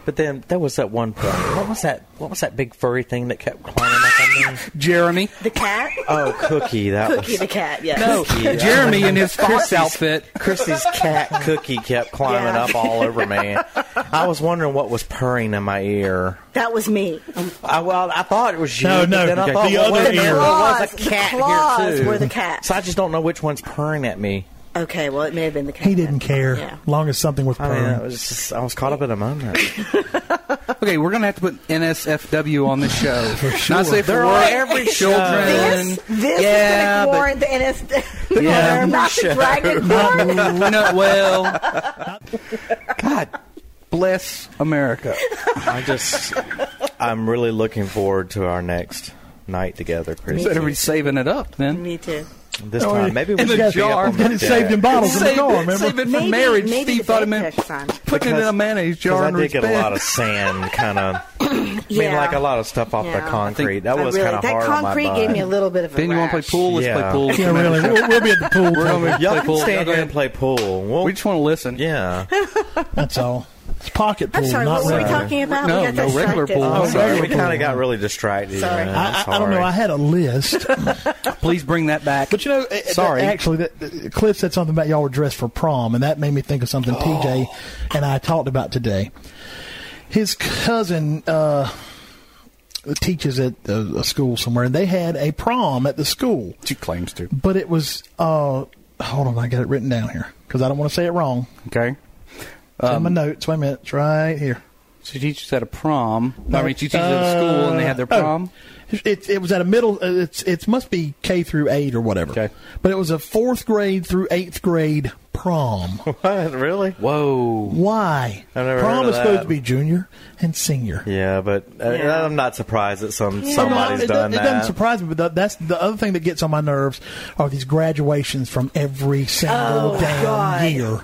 Speaker 3: But then there was that one point. What was that? What was that big furry thing that kept climbing up on me?
Speaker 1: Jeremy.
Speaker 4: The cat?
Speaker 3: *laughs* Oh, Cookie. That
Speaker 4: Cookie
Speaker 3: was
Speaker 4: the cat, yes.
Speaker 1: No,
Speaker 3: Yeah.
Speaker 1: Jeremy in his fox outfit.
Speaker 3: Christy's cat *laughs* Cookie kept climbing
Speaker 4: Yeah.
Speaker 3: up all over me. I was wondering what was purring in my ear.
Speaker 4: That was me.
Speaker 3: I, well, I thought it was you.
Speaker 2: No,
Speaker 3: but
Speaker 2: no,
Speaker 3: Then I
Speaker 2: okay,
Speaker 3: thought,
Speaker 2: the
Speaker 3: well,
Speaker 2: other
Speaker 3: wait a minute,
Speaker 2: ear.
Speaker 3: there was a
Speaker 4: Claws, the
Speaker 3: cat
Speaker 4: claws
Speaker 3: here too.
Speaker 4: were the cat.
Speaker 3: So I just don't know which one's purring at me.
Speaker 4: Okay, well, it may have been the cat.
Speaker 2: He didn't
Speaker 4: then.
Speaker 2: care.
Speaker 4: Yeah.
Speaker 2: Long as something
Speaker 1: Oh,
Speaker 2: was
Speaker 3: I mean,
Speaker 2: purring.
Speaker 3: it was just, I was caught up in a moment. *laughs*
Speaker 1: Okay, we're gonna have to put NSFW on the show. Not safe
Speaker 3: They're
Speaker 1: for
Speaker 3: on
Speaker 1: work,
Speaker 3: every show.
Speaker 1: children.
Speaker 4: This, this
Speaker 1: yeah,
Speaker 4: is going to
Speaker 1: but
Speaker 4: warrant *laughs* the NS.
Speaker 1: Yeah.
Speaker 4: not the dragon court.
Speaker 1: no, well, God bless America.
Speaker 3: I just, I'm really looking forward to our next night together, Chris.
Speaker 1: Better be saving it up then.
Speaker 4: Me too.
Speaker 3: This
Speaker 2: Oh,
Speaker 3: time, maybe we
Speaker 1: In
Speaker 3: should
Speaker 1: the
Speaker 3: be up
Speaker 1: jar.
Speaker 3: on the
Speaker 2: and it's saved in
Speaker 3: deck.
Speaker 2: bottles in the
Speaker 1: Save
Speaker 2: car,
Speaker 1: it,
Speaker 2: remember?
Speaker 1: save it for
Speaker 4: Maybe-
Speaker 1: marriage.
Speaker 4: maybe
Speaker 1: Steve
Speaker 4: the
Speaker 1: thought it
Speaker 4: bed
Speaker 1: meant
Speaker 4: next time.
Speaker 1: putting it in a mayonnaise jar.
Speaker 3: I
Speaker 1: under
Speaker 3: did
Speaker 1: his
Speaker 3: get a
Speaker 1: bed.
Speaker 3: lot of sand, kind of. I mean,
Speaker 4: *laughs* Yeah.
Speaker 3: like a lot of stuff off
Speaker 4: Yeah. I
Speaker 3: the
Speaker 4: think-
Speaker 3: concrete. That was
Speaker 4: I really,
Speaker 3: kind of
Speaker 4: that
Speaker 3: hard
Speaker 4: concrete
Speaker 3: on my
Speaker 4: gave
Speaker 3: butt.
Speaker 4: me a little bit of a
Speaker 1: Then you want to play
Speaker 4: rash.
Speaker 1: pool? Let's
Speaker 3: Yeah.
Speaker 1: play pool.
Speaker 2: Yeah, really. *laughs* We'll, we'll be at the pool.
Speaker 1: We're
Speaker 2: tonight.
Speaker 1: gonna
Speaker 3: Y'all
Speaker 1: play
Speaker 3: can
Speaker 1: pool.
Speaker 3: stand
Speaker 1: Y'all
Speaker 3: here
Speaker 1: go
Speaker 3: and
Speaker 1: ahead.
Speaker 3: play pool. We'll,
Speaker 1: We just want to listen.
Speaker 4: *laughs*
Speaker 3: yeah.
Speaker 2: That's all. It's pocket pool,
Speaker 4: I'm sorry,
Speaker 2: not
Speaker 4: what were we
Speaker 2: regular.
Speaker 4: talking about?
Speaker 1: No,
Speaker 4: we got
Speaker 1: no,
Speaker 4: distracted.
Speaker 1: regular pool.
Speaker 3: I'm
Speaker 1: Oh,
Speaker 3: sorry, we
Speaker 2: regular
Speaker 3: kind
Speaker 2: pool.
Speaker 3: of got really distracted.
Speaker 4: Sorry.
Speaker 3: Yeah,
Speaker 2: I, I, I don't know.
Speaker 3: sorry.
Speaker 2: I had
Speaker 1: *laughs*
Speaker 2: a list,
Speaker 1: Please bring that back.
Speaker 2: but you know, it- it-
Speaker 1: Sorry.
Speaker 2: actually, that, that- Cliff said something about y'all were dressed for prom, and that made me think of something
Speaker 1: Oh.
Speaker 2: TJ and I talked about today. His cousin uh, teaches at a, a school somewhere, and they had a prom at the school.
Speaker 1: She claims to.
Speaker 2: But it was, uh, hold on, I got it written down here because I don't want to say it wrong.
Speaker 1: Okay.
Speaker 2: It's in my
Speaker 1: Um,
Speaker 2: notes. Wait a minute, it's right here.
Speaker 1: She teaches at a prom. No, I mean, she teaches at a school and they have their
Speaker 2: Uh, oh.
Speaker 1: prom.
Speaker 2: It, it was at a middle. uh, It's it must be K through eight or whatever.
Speaker 1: Okay.
Speaker 2: But it was a fourth grade through eighth grade prom.
Speaker 3: *laughs* What? Really?
Speaker 1: Whoa.
Speaker 2: Why?
Speaker 3: I've never
Speaker 2: prom
Speaker 3: heard of
Speaker 2: is supposed
Speaker 3: that.
Speaker 2: to be junior and senior.
Speaker 3: Yeah, but uh,
Speaker 4: Yeah.
Speaker 3: I'm not surprised that some
Speaker 4: Yeah.
Speaker 2: So, no,
Speaker 3: somebody's
Speaker 2: it,
Speaker 3: done
Speaker 2: doesn't-
Speaker 3: that.
Speaker 2: it doesn't surprise me, but th- that's the other thing that gets on my nerves are these graduations from every single
Speaker 4: Oh,
Speaker 2: damn
Speaker 4: God.
Speaker 2: year.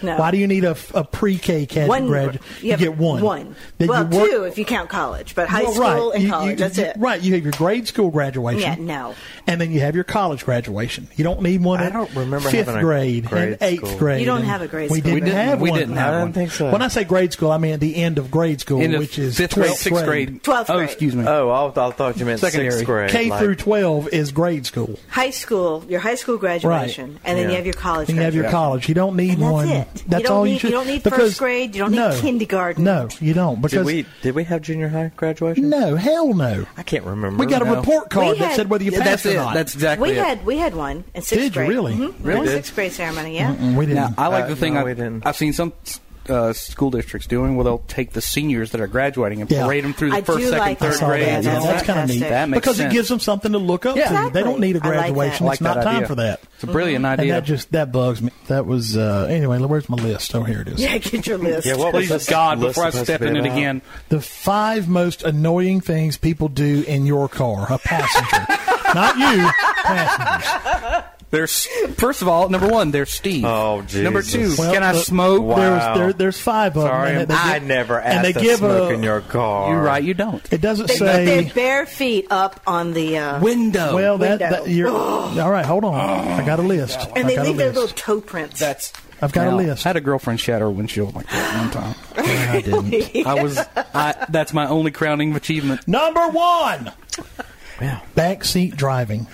Speaker 4: No.
Speaker 2: Why do you need a, f- a pre-K cat
Speaker 4: one
Speaker 2: grad? You
Speaker 4: have
Speaker 2: get one.
Speaker 4: One.
Speaker 2: Then
Speaker 4: well,
Speaker 2: you work-
Speaker 4: two if you count college, but high
Speaker 2: Well,
Speaker 4: school and
Speaker 2: You- you-
Speaker 4: college. that's
Speaker 2: you-
Speaker 4: it.
Speaker 2: Right. You have your grade school graduation.
Speaker 4: Yeah, no.
Speaker 2: And then you have your college graduation. You don't need one.
Speaker 3: I
Speaker 2: at
Speaker 3: don't remember
Speaker 2: fifth
Speaker 3: having a
Speaker 2: grade,
Speaker 3: grade
Speaker 2: and eighth
Speaker 3: school.
Speaker 2: grade.
Speaker 4: You don't
Speaker 2: and
Speaker 4: have a grade
Speaker 2: We didn't,
Speaker 4: school.
Speaker 1: We didn't-
Speaker 2: have
Speaker 1: we
Speaker 2: one.
Speaker 1: didn't
Speaker 3: I
Speaker 1: have
Speaker 3: don't
Speaker 1: one.
Speaker 3: think so.
Speaker 2: When I say grade school, I mean at the end of grade school,
Speaker 1: End of
Speaker 2: which is
Speaker 1: fifth grade,
Speaker 2: 12th
Speaker 1: sixth grade.
Speaker 4: Twelfth
Speaker 1: Oh,
Speaker 4: grade.
Speaker 1: excuse me.
Speaker 3: oh, I, I thought you meant
Speaker 1: Secondary.
Speaker 3: sixth grade.
Speaker 2: K
Speaker 3: like-
Speaker 2: through twelve is grade school.
Speaker 4: High school, your high school graduation,
Speaker 2: Right.
Speaker 4: and then
Speaker 3: Yeah.
Speaker 4: you have your college.
Speaker 2: And you have your
Speaker 4: graduation.
Speaker 2: college. You don't need
Speaker 4: And that's
Speaker 2: one.
Speaker 4: it. You
Speaker 2: That's
Speaker 4: don't
Speaker 2: all you
Speaker 4: need-
Speaker 2: should.
Speaker 4: you don't need first
Speaker 2: because,
Speaker 4: grade. You don't need
Speaker 2: no,
Speaker 4: kindergarten.
Speaker 2: No, you don't.
Speaker 3: Did
Speaker 2: Because
Speaker 3: we did we have junior high graduation?
Speaker 2: no, hell no.
Speaker 3: I can't remember.
Speaker 2: We got a
Speaker 1: No.
Speaker 2: report card
Speaker 4: We
Speaker 2: that
Speaker 4: had-
Speaker 2: said whether you
Speaker 1: Yeah,
Speaker 2: passed
Speaker 1: that's
Speaker 2: or
Speaker 1: it.
Speaker 2: not.
Speaker 1: That's exactly
Speaker 4: We
Speaker 1: it.
Speaker 4: had we had one in sixth
Speaker 2: Did you
Speaker 4: grade.
Speaker 2: really?
Speaker 4: Mhm.
Speaker 3: Really?
Speaker 4: Sixth grade ceremony. Yeah.
Speaker 2: Mm, we didn't.
Speaker 1: Now, I like
Speaker 3: Uh,
Speaker 1: the thing
Speaker 3: no, we
Speaker 1: I've,
Speaker 3: didn't.
Speaker 1: I've seen some uh, school districts doing where they'll take the seniors that are graduating and
Speaker 2: Yeah.
Speaker 1: parade them through the
Speaker 4: I
Speaker 1: first,
Speaker 4: do
Speaker 1: second,
Speaker 4: like
Speaker 1: third
Speaker 4: that.
Speaker 1: grade.
Speaker 2: Yeah,
Speaker 1: and
Speaker 2: that's
Speaker 1: all that.
Speaker 2: kinda neat.
Speaker 1: That makes
Speaker 2: because
Speaker 1: sense.
Speaker 2: it gives them something to look up
Speaker 1: Yeah.
Speaker 2: to. They don't need a
Speaker 4: Exactly. I like
Speaker 2: graduation.
Speaker 4: that.
Speaker 2: it's not time
Speaker 1: idea.
Speaker 2: for that.
Speaker 1: It's a brilliant
Speaker 2: Mm-hmm. And
Speaker 1: idea.
Speaker 2: that just that bugs me. That was uh, anyway. Where's my list? Oh, here it is.
Speaker 4: *laughs* Yeah. Get your list.
Speaker 3: Yeah, what was
Speaker 1: Please
Speaker 3: this
Speaker 1: God,
Speaker 3: list
Speaker 1: before I
Speaker 3: supposed
Speaker 1: step
Speaker 3: to be
Speaker 1: in it
Speaker 3: about?
Speaker 1: again,
Speaker 2: The five most annoying things people do in your car, a passenger, not you, passengers.
Speaker 1: there's first of all, number one, there's Steve.
Speaker 3: Oh,
Speaker 1: Number two,
Speaker 3: Jesus. Well,
Speaker 1: can I
Speaker 2: the-
Speaker 1: smoke?
Speaker 3: Wow.
Speaker 2: There's there, there's five of
Speaker 1: Sorry,
Speaker 2: them. and they- they
Speaker 3: I
Speaker 2: give-
Speaker 3: never asked
Speaker 2: and they
Speaker 3: to
Speaker 2: give
Speaker 3: smoke
Speaker 2: a,
Speaker 3: in your car.
Speaker 1: You're right, you don't.
Speaker 2: It doesn't
Speaker 4: They put their
Speaker 2: say.
Speaker 4: bare feet up on the uh,
Speaker 1: Window.
Speaker 2: Well, that,
Speaker 4: window.
Speaker 2: that you're all right. Hold on, I got a list.
Speaker 4: and
Speaker 2: I
Speaker 4: they
Speaker 2: got a
Speaker 4: leave their
Speaker 2: list.
Speaker 4: little toe prints.
Speaker 1: that's.
Speaker 2: I've got a
Speaker 1: Now,
Speaker 2: list.
Speaker 1: I had a girlfriend shatter a windshield like that one
Speaker 4: *laughs*
Speaker 1: time.
Speaker 2: Yeah, I
Speaker 1: *laughs*
Speaker 2: didn't.
Speaker 1: I was. I, that's my only crowning achievement.
Speaker 2: Number one.
Speaker 3: Yeah.
Speaker 2: Backseat driving.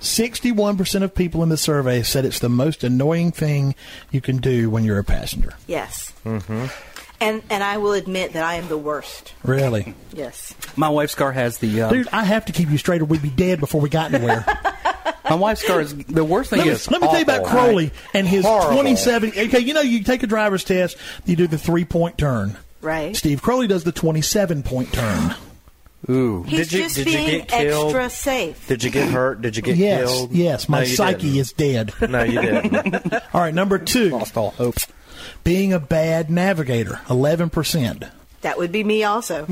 Speaker 2: 61% of people in the survey said it's the most annoying thing you can do when you're a passenger.
Speaker 4: yes. Mm-hmm. And and I will admit that I am the worst.
Speaker 2: Really?
Speaker 4: Yes.
Speaker 1: My wife's car has the. Um,
Speaker 2: Dude, I have to keep you straight or we'd be dead before we got
Speaker 3: *laughs*
Speaker 2: anywhere.
Speaker 1: my wife's car is the worst thing
Speaker 2: let me,
Speaker 1: is.
Speaker 2: let me tell you about
Speaker 1: awful.
Speaker 2: Crowley and his
Speaker 3: Horrible.
Speaker 2: 27. Okay, you know, you take a driver's test, you do the three point turn.
Speaker 4: Right.
Speaker 2: Steve Crowley does the 27 point turn.
Speaker 1: Ooh.
Speaker 4: He's
Speaker 3: Did you-
Speaker 4: just
Speaker 3: did you
Speaker 4: being
Speaker 3: get killed?
Speaker 4: extra safe.
Speaker 3: Did you get hurt? Did you get
Speaker 2: yes,
Speaker 3: killed?
Speaker 2: yes, my
Speaker 3: No, you
Speaker 2: psyche
Speaker 3: didn't.
Speaker 2: is dead.
Speaker 3: *laughs* No, you
Speaker 2: *laughs*
Speaker 3: didn't.
Speaker 2: All right, number two.
Speaker 1: Lost all hope.
Speaker 2: being a bad navigator, 11%.
Speaker 4: That would be me also.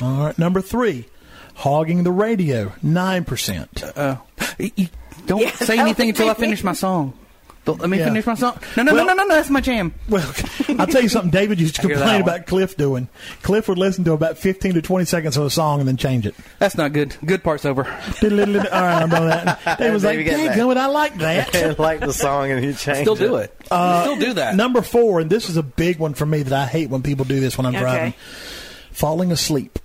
Speaker 2: All right, number three, hogging the radio, 9%.
Speaker 1: Uh, e- e- don't
Speaker 4: Yeah,
Speaker 1: say
Speaker 4: that
Speaker 1: anything
Speaker 4: would
Speaker 1: until I
Speaker 4: be-
Speaker 1: finish my song. Don't let me
Speaker 2: Yeah.
Speaker 1: finish my song. No, no,
Speaker 2: Well-
Speaker 1: no, no, no, no. That's my jam.
Speaker 2: Well, *laughs* I'll tell you something David used to
Speaker 1: I hear that
Speaker 2: complain
Speaker 1: one.
Speaker 2: about Cliff doing. Cliff would listen to about 15 to 20 seconds of a song and then change it. *laughs*
Speaker 1: That's not good. Good part's over.
Speaker 2: All right, I'm doing that. David was like,
Speaker 3: David gets that.
Speaker 2: dadgummit, I like that.
Speaker 3: I like the song and you changed
Speaker 1: Still do it. Still do that.
Speaker 2: Number four, and this is a big one for me that I hate when people do this when I'm
Speaker 4: Okay. Ah.
Speaker 2: driving falling asleep.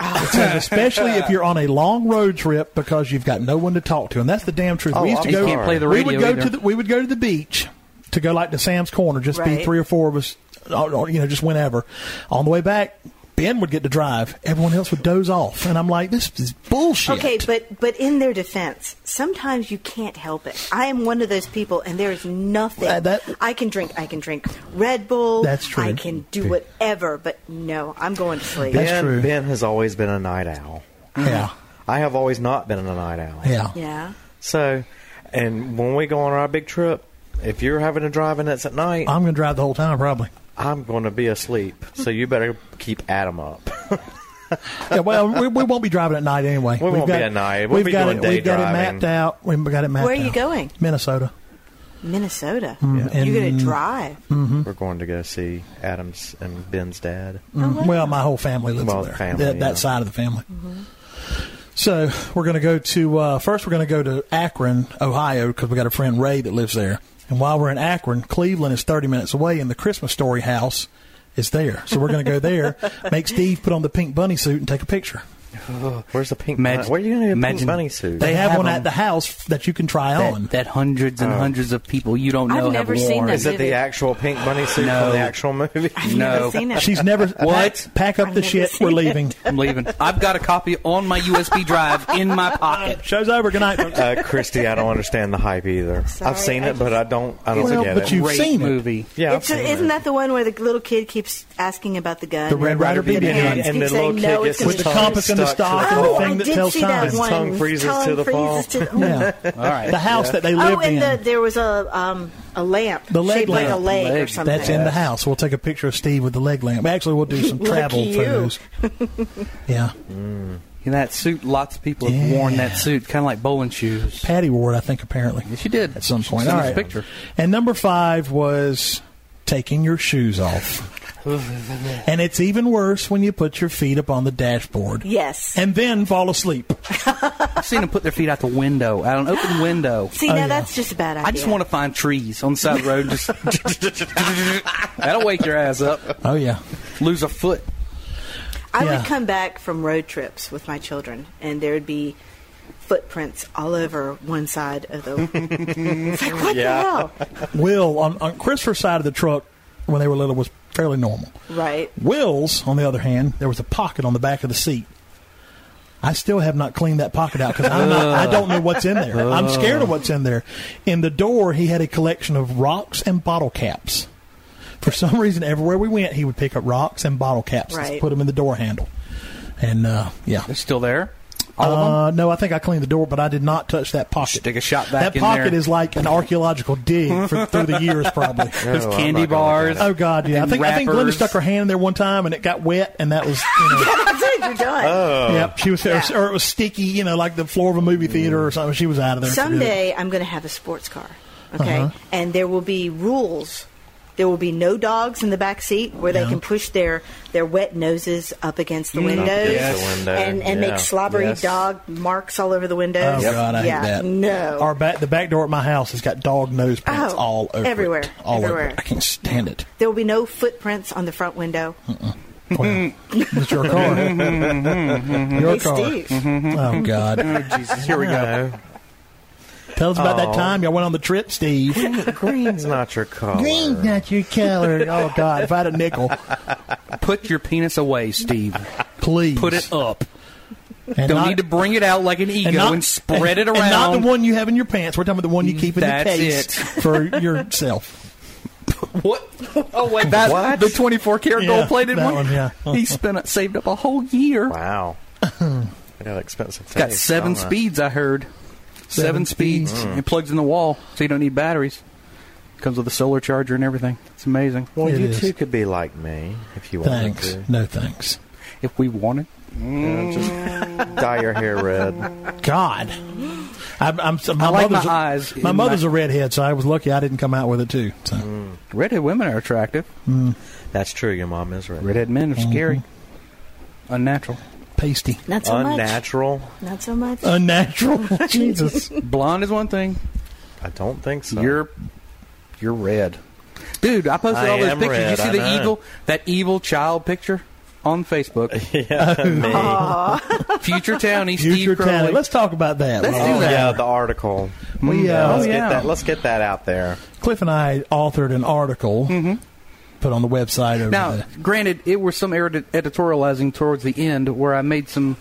Speaker 2: It says, especially if you're on a long road trip because you've got no one to talk to, and that's the damn truth.
Speaker 3: Oh,
Speaker 2: we used
Speaker 3: I'm
Speaker 2: to go.
Speaker 3: You can't play
Speaker 1: the
Speaker 2: we
Speaker 1: radio
Speaker 2: would go
Speaker 1: either.
Speaker 2: to the we would go to the beach to go like to Sam's Corner, just be
Speaker 4: Right.
Speaker 2: three or four of us, uh, you know, just whenever. On the way back, Ben would get to drive. Everyone else would doze off, and I'm like, this is bullshit.
Speaker 4: Okay, but but in their defense, sometimes you can't help it. I am one of those people, and there is nothing
Speaker 2: Uh, that-
Speaker 4: I can drink. I can drink Red Bull.
Speaker 2: That's true.
Speaker 4: I can do whatever, but no, I'm going to sleep.
Speaker 2: That's
Speaker 3: ben,
Speaker 2: true.
Speaker 3: Ben has always been a night owl.
Speaker 2: yeah,
Speaker 3: I have always not been a night owl.
Speaker 2: yeah,
Speaker 4: yeah,
Speaker 3: So, and when we go on our big trip, if you're having a drive and it's at night,
Speaker 2: I'm gonna drive the whole time probably.
Speaker 3: I'm going to be asleep. So you better keep Adam up.
Speaker 2: Mm-hmm. Yeah, well, we, we won't be driving at night anyway.
Speaker 3: We
Speaker 2: We've
Speaker 3: won't be
Speaker 2: got-
Speaker 3: at night. We'll
Speaker 2: we've
Speaker 3: be
Speaker 2: got
Speaker 3: doing
Speaker 2: it.
Speaker 3: day
Speaker 2: We've got it
Speaker 3: driving.
Speaker 2: mapped out. We've got it mapped.
Speaker 4: Where are you
Speaker 2: out.
Speaker 4: going?
Speaker 2: Minnesota.
Speaker 4: Minnesota.
Speaker 2: and-
Speaker 4: You're going to drive.
Speaker 2: Mm.
Speaker 3: We're going to go see Adam's and Ben's dad.
Speaker 4: Oh,
Speaker 2: Mm, Well, my whole family lives
Speaker 3: Well,
Speaker 2: there.
Speaker 3: family,
Speaker 2: that, that
Speaker 3: yeah.
Speaker 2: side of the family.
Speaker 4: Mm-hmm.
Speaker 2: So we're going to go to uh, first. We're going to go to Akron, Ohio, because we got a friend Ray that lives there. And while we're in Akron, Cleveland is 30 minutes away, and the Christmas Story
Speaker 4: *laughs*
Speaker 2: house is there. So we're going to go there, make Steve put on the pink bunny suit, and take a picture.
Speaker 3: Where's the pink?
Speaker 1: Imagine-
Speaker 3: bunny? Where are you going to get a pink
Speaker 1: imagine-
Speaker 3: bunny suit?
Speaker 2: Mm-hmm. They,
Speaker 1: They
Speaker 2: have,
Speaker 1: have
Speaker 2: one
Speaker 1: them.
Speaker 2: at the house that you can try on.
Speaker 1: that, that hundreds
Speaker 2: Oh.
Speaker 1: and hundreds of people you don't know
Speaker 4: I've
Speaker 1: have
Speaker 4: never seen
Speaker 1: worn.
Speaker 4: that
Speaker 3: Is it the
Speaker 4: Maybe.
Speaker 3: actual pink bunny suit
Speaker 1: No.
Speaker 3: from the actual
Speaker 4: *laughs*
Speaker 3: movie?
Speaker 4: I've
Speaker 1: No.
Speaker 4: never seen it.
Speaker 2: She's
Speaker 4: *laughs*
Speaker 2: never
Speaker 1: What?
Speaker 2: Pack, pack up
Speaker 4: I've
Speaker 2: the
Speaker 4: never
Speaker 2: shit.
Speaker 4: seen
Speaker 2: We're leaving.
Speaker 1: I'm leaving. I've got a copy on my USB drive in my
Speaker 2: *laughs*
Speaker 4: *laughs*
Speaker 1: pocket.
Speaker 2: Show's over. Good night. folks.
Speaker 3: Uh, Christy, I don't understand the hype either.
Speaker 4: Sorry,
Speaker 3: I've seen
Speaker 4: I
Speaker 3: it, but I don't. I don't
Speaker 2: Well,
Speaker 3: get
Speaker 2: but
Speaker 3: it.
Speaker 2: you- You've
Speaker 1: Great
Speaker 2: seen it.
Speaker 1: movie.
Speaker 3: yeah, I've
Speaker 4: It's a-
Speaker 3: seen
Speaker 4: isn't
Speaker 3: it.
Speaker 4: that the one where the little kid keeps asking about the gun?
Speaker 2: The Red Rider BB
Speaker 4: Yeah,
Speaker 2: gun.
Speaker 4: he
Speaker 3: and the little
Speaker 4: keeps saying,
Speaker 3: kid
Speaker 4: no,
Speaker 3: gets
Speaker 4: it's gonna
Speaker 2: With the
Speaker 4: be-
Speaker 3: tongue
Speaker 2: compass and the
Speaker 3: stuck to
Speaker 2: stock
Speaker 3: the
Speaker 2: and the
Speaker 4: Oh,
Speaker 3: wall.
Speaker 2: thing
Speaker 4: I
Speaker 2: that
Speaker 4: did
Speaker 2: tells
Speaker 4: see that
Speaker 2: time.
Speaker 3: His
Speaker 4: one.
Speaker 3: tongue freezes to the fall.
Speaker 4: freezes to-
Speaker 2: Yeah.
Speaker 1: All right.
Speaker 2: The house that they
Speaker 4: *laughs* Oh,
Speaker 2: lived in.
Speaker 4: and the, there was a um, a lamp
Speaker 2: The leg
Speaker 4: shaped like a
Speaker 2: lamp.
Speaker 4: leg, or
Speaker 1: Leg.
Speaker 4: something.
Speaker 2: That's in the house. We'll take a picture of Steve with the leg lamp. Actually, we'll do some
Speaker 4: Lucky
Speaker 2: travel
Speaker 4: you.
Speaker 2: photos.
Speaker 4: *laughs*
Speaker 2: yeah.
Speaker 1: And that suit, lots of people have
Speaker 2: Yeah.
Speaker 1: worn that suit, kind of like bowling shoes.
Speaker 2: Patty Ward, I think, apparently.
Speaker 1: Yes, you did.
Speaker 2: At some point.
Speaker 1: Send
Speaker 2: All
Speaker 1: us a
Speaker 2: right.
Speaker 1: picture.
Speaker 2: And number five was taking your shoes off. and it's even worse when you put your feet up on the dashboard
Speaker 4: Yes.
Speaker 2: and then fall asleep.
Speaker 1: I've seen them put their feet out the window, out an open window.
Speaker 4: See,
Speaker 2: Oh,
Speaker 4: now
Speaker 2: yeah.
Speaker 4: that's just a bad idea.
Speaker 1: I just want to find trees on the side of the road. Just that'll wake your ass up.
Speaker 2: Oh, yeah.
Speaker 1: Lose a foot.
Speaker 4: I
Speaker 2: yeah.
Speaker 4: would come back from road trips with my children, and there would be footprints all over one side of the. it's like what
Speaker 3: Yeah.
Speaker 4: the hell,
Speaker 2: Will, on, on Christopher's side of the truck when they were little, was fairly normal.
Speaker 4: right? *laughs*
Speaker 2: Will's, on the other hand, there was a pocket on the back of the seat. I still have not cleaned that pocket out because I don't know what's in there. I'm scared of what's in there. In the door, he had a collection of rocks and bottle caps. For some reason, everywhere we went, he would pick up rocks and bottle caps and
Speaker 4: Right.
Speaker 2: put them in the door handle. And uh, yeah,
Speaker 1: They're still there. All of them.
Speaker 2: uh, no, I think I cleaned the door, but I did not touch that pocket.
Speaker 1: Stick a shot back
Speaker 2: That
Speaker 1: in
Speaker 2: pocket
Speaker 1: there.
Speaker 2: is like an archaeological dig for, through the years,
Speaker 1: *laughs*
Speaker 2: probably.
Speaker 1: There's
Speaker 3: Oh, I'm
Speaker 1: candy
Speaker 3: not gonna
Speaker 1: bars.
Speaker 3: look at
Speaker 2: Oh God, yeah. I
Speaker 1: And
Speaker 2: think I think Glenda
Speaker 1: wrappers.
Speaker 2: stuck her hand in there one time and it got wet, and that was you
Speaker 1: *laughs*
Speaker 2: know,
Speaker 4: That's it, you're done.
Speaker 1: Oh.
Speaker 2: Yep, she was there, or it was sticky, you know, like the floor of a movie theater or something. She was out of there.
Speaker 4: Someday I'm going to have a sports car, okay? And there will be rules. There will be no dogs in the back seat where they
Speaker 2: Yeah.
Speaker 4: can push their, their wet noses up against the windows
Speaker 3: against the window,
Speaker 4: and, and
Speaker 3: yeah.
Speaker 4: make slobbery
Speaker 3: Yes.
Speaker 4: dog marks all over the windows.
Speaker 2: Oh God, I
Speaker 4: yeah,
Speaker 2: hate that.
Speaker 4: No.
Speaker 2: our back the back door at my house has got dog nose prints
Speaker 4: Oh,
Speaker 2: all over it.
Speaker 4: everywhere,
Speaker 2: all over
Speaker 4: everywhere.
Speaker 2: it. I can't stand it.
Speaker 4: there will be no footprints on the front window.
Speaker 1: *laughs*
Speaker 2: Well, it's your
Speaker 4: *laughs*
Speaker 2: car. your
Speaker 4: Hey,
Speaker 2: car.
Speaker 4: Steve.
Speaker 3: Mm-hmm.
Speaker 1: *laughs*
Speaker 2: Oh God!
Speaker 3: Jesus, here we go.
Speaker 2: Tell us about that
Speaker 3: Oh.
Speaker 2: time y'all went on the trip, Steve.
Speaker 3: Green's not your color.
Speaker 2: Green, not your color. Oh God! If I had a nickel,
Speaker 1: Put your penis away, Steve.
Speaker 2: please
Speaker 1: Put it up.
Speaker 2: And
Speaker 1: Don't
Speaker 2: not-
Speaker 1: need to bring it out like an ego and, spread it
Speaker 2: and
Speaker 1: around.
Speaker 2: not the one you have in your pants. We're talking about the one you keep in
Speaker 1: That's
Speaker 2: the case
Speaker 1: it.
Speaker 2: *laughs* for yourself.
Speaker 1: What? Oh wait, that
Speaker 3: What?
Speaker 1: the 24 karat
Speaker 2: Yeah,
Speaker 1: gold plated
Speaker 2: that
Speaker 1: one.
Speaker 2: one, yeah.
Speaker 1: he spent a- saved up a whole year.
Speaker 3: Wow. I got expensive.
Speaker 1: It's got
Speaker 3: taste,
Speaker 1: seven
Speaker 3: don't I?
Speaker 1: speeds. I heard seven,
Speaker 2: Seven
Speaker 1: speeds.
Speaker 2: speeds.
Speaker 1: It plugs in the wall, so you don't need batteries. Comes with a solar charger and everything. It's amazing.
Speaker 3: Well,
Speaker 2: It
Speaker 3: you
Speaker 2: is.
Speaker 3: two could be like me if you wanted
Speaker 2: Thanks.
Speaker 3: to.
Speaker 2: No thanks.
Speaker 1: If we wanted,
Speaker 3: You know, just dye your hair red.
Speaker 2: God. I'm, I'm, my
Speaker 1: I like
Speaker 2: mother's
Speaker 1: my
Speaker 2: a,
Speaker 1: eyes
Speaker 2: My
Speaker 1: in
Speaker 2: mother's
Speaker 1: my- Mm.
Speaker 2: a redhead, so I was lucky I didn't come out with it too. So.
Speaker 1: redhead women are attractive.
Speaker 3: That's true. Your mom is red.
Speaker 1: Redhead men are scary, unnatural.
Speaker 2: Pasty,
Speaker 4: Not so much.
Speaker 3: Unnatural.
Speaker 4: Not so much.
Speaker 1: *laughs*
Speaker 2: unnatural. Jesus.
Speaker 1: Blonde is one thing.
Speaker 3: I don't think so.
Speaker 1: You're you're red, dude. I posted
Speaker 3: I
Speaker 1: all those
Speaker 3: am
Speaker 1: pictures. you
Speaker 3: red,
Speaker 1: see
Speaker 3: I
Speaker 1: the
Speaker 3: know.
Speaker 1: eagle, that evil child picture on Facebook.
Speaker 3: me.
Speaker 1: Future Townie,
Speaker 2: Future
Speaker 1: Steve Crowley.
Speaker 2: talent. Let's talk about that.
Speaker 1: Let's
Speaker 2: Well,
Speaker 1: do that.
Speaker 3: Oh, yeah, the article.
Speaker 2: We,
Speaker 3: Yeah,
Speaker 2: uh,
Speaker 1: Oh,
Speaker 3: let's
Speaker 1: yeah.
Speaker 3: get that. Let's get that out there.
Speaker 2: Cliff and I authored an article
Speaker 3: Mm-hmm.
Speaker 2: put on the website. Over
Speaker 1: Now,
Speaker 2: the,
Speaker 1: granted, it was some edit- editorializing towards the end where I made some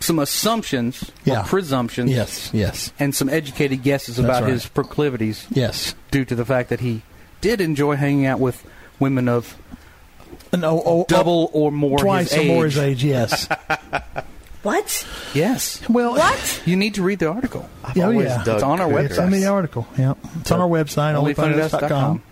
Speaker 1: some assumptions
Speaker 2: Yeah.
Speaker 1: or presumptions
Speaker 2: yes, yes,
Speaker 1: and some educated guesses
Speaker 2: That's
Speaker 1: about
Speaker 2: right.
Speaker 1: his proclivities
Speaker 2: yes.
Speaker 1: due to the fact that he did enjoy hanging out with women of
Speaker 2: No, oh,
Speaker 1: double or more
Speaker 2: twice
Speaker 1: his
Speaker 2: or
Speaker 1: age.
Speaker 2: more his age.
Speaker 3: *laughs*
Speaker 2: Yes.
Speaker 4: what?
Speaker 1: Yes.
Speaker 2: well,
Speaker 4: What?
Speaker 1: You need to read the article.
Speaker 3: I've
Speaker 2: Yeah, oh,
Speaker 3: always
Speaker 2: yeah.
Speaker 3: dug
Speaker 1: It's on our
Speaker 3: critters.
Speaker 2: It's in the article. Yeah, it's on our website, onlyfunnydesk.com.
Speaker 1: OnlyFunnyDesk.com.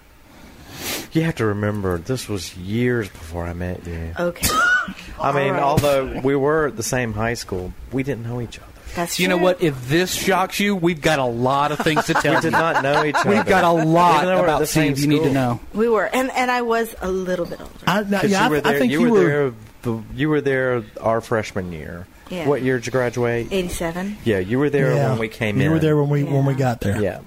Speaker 3: You have to remember, this was years before I met you.
Speaker 4: Okay.
Speaker 3: I mean,
Speaker 4: Oh, All right.
Speaker 3: although we were at the same high school, we didn't know each other.
Speaker 4: That's
Speaker 1: You know
Speaker 4: true.
Speaker 1: what? If this shocks you, we've got a lot of things to
Speaker 3: We
Speaker 1: tell you.
Speaker 3: did not know each other.
Speaker 1: We've got a lot
Speaker 3: Even though we're at
Speaker 1: about
Speaker 3: the same
Speaker 1: Steve you need to
Speaker 3: school.
Speaker 1: know.
Speaker 4: We were, and, and I was a little bit older.
Speaker 2: I, now,
Speaker 3: 'Cause
Speaker 2: yeah, I-
Speaker 3: you were there.
Speaker 2: I think
Speaker 3: you, were, there. The, you were there our freshman year.
Speaker 4: Yeah.
Speaker 3: What year did you graduate?
Speaker 4: 87.
Speaker 3: Yeah, you were there
Speaker 2: yeah.
Speaker 3: when we came
Speaker 2: you
Speaker 3: in.
Speaker 2: were there when we when we
Speaker 4: Yeah.
Speaker 2: got there.
Speaker 3: Yeah,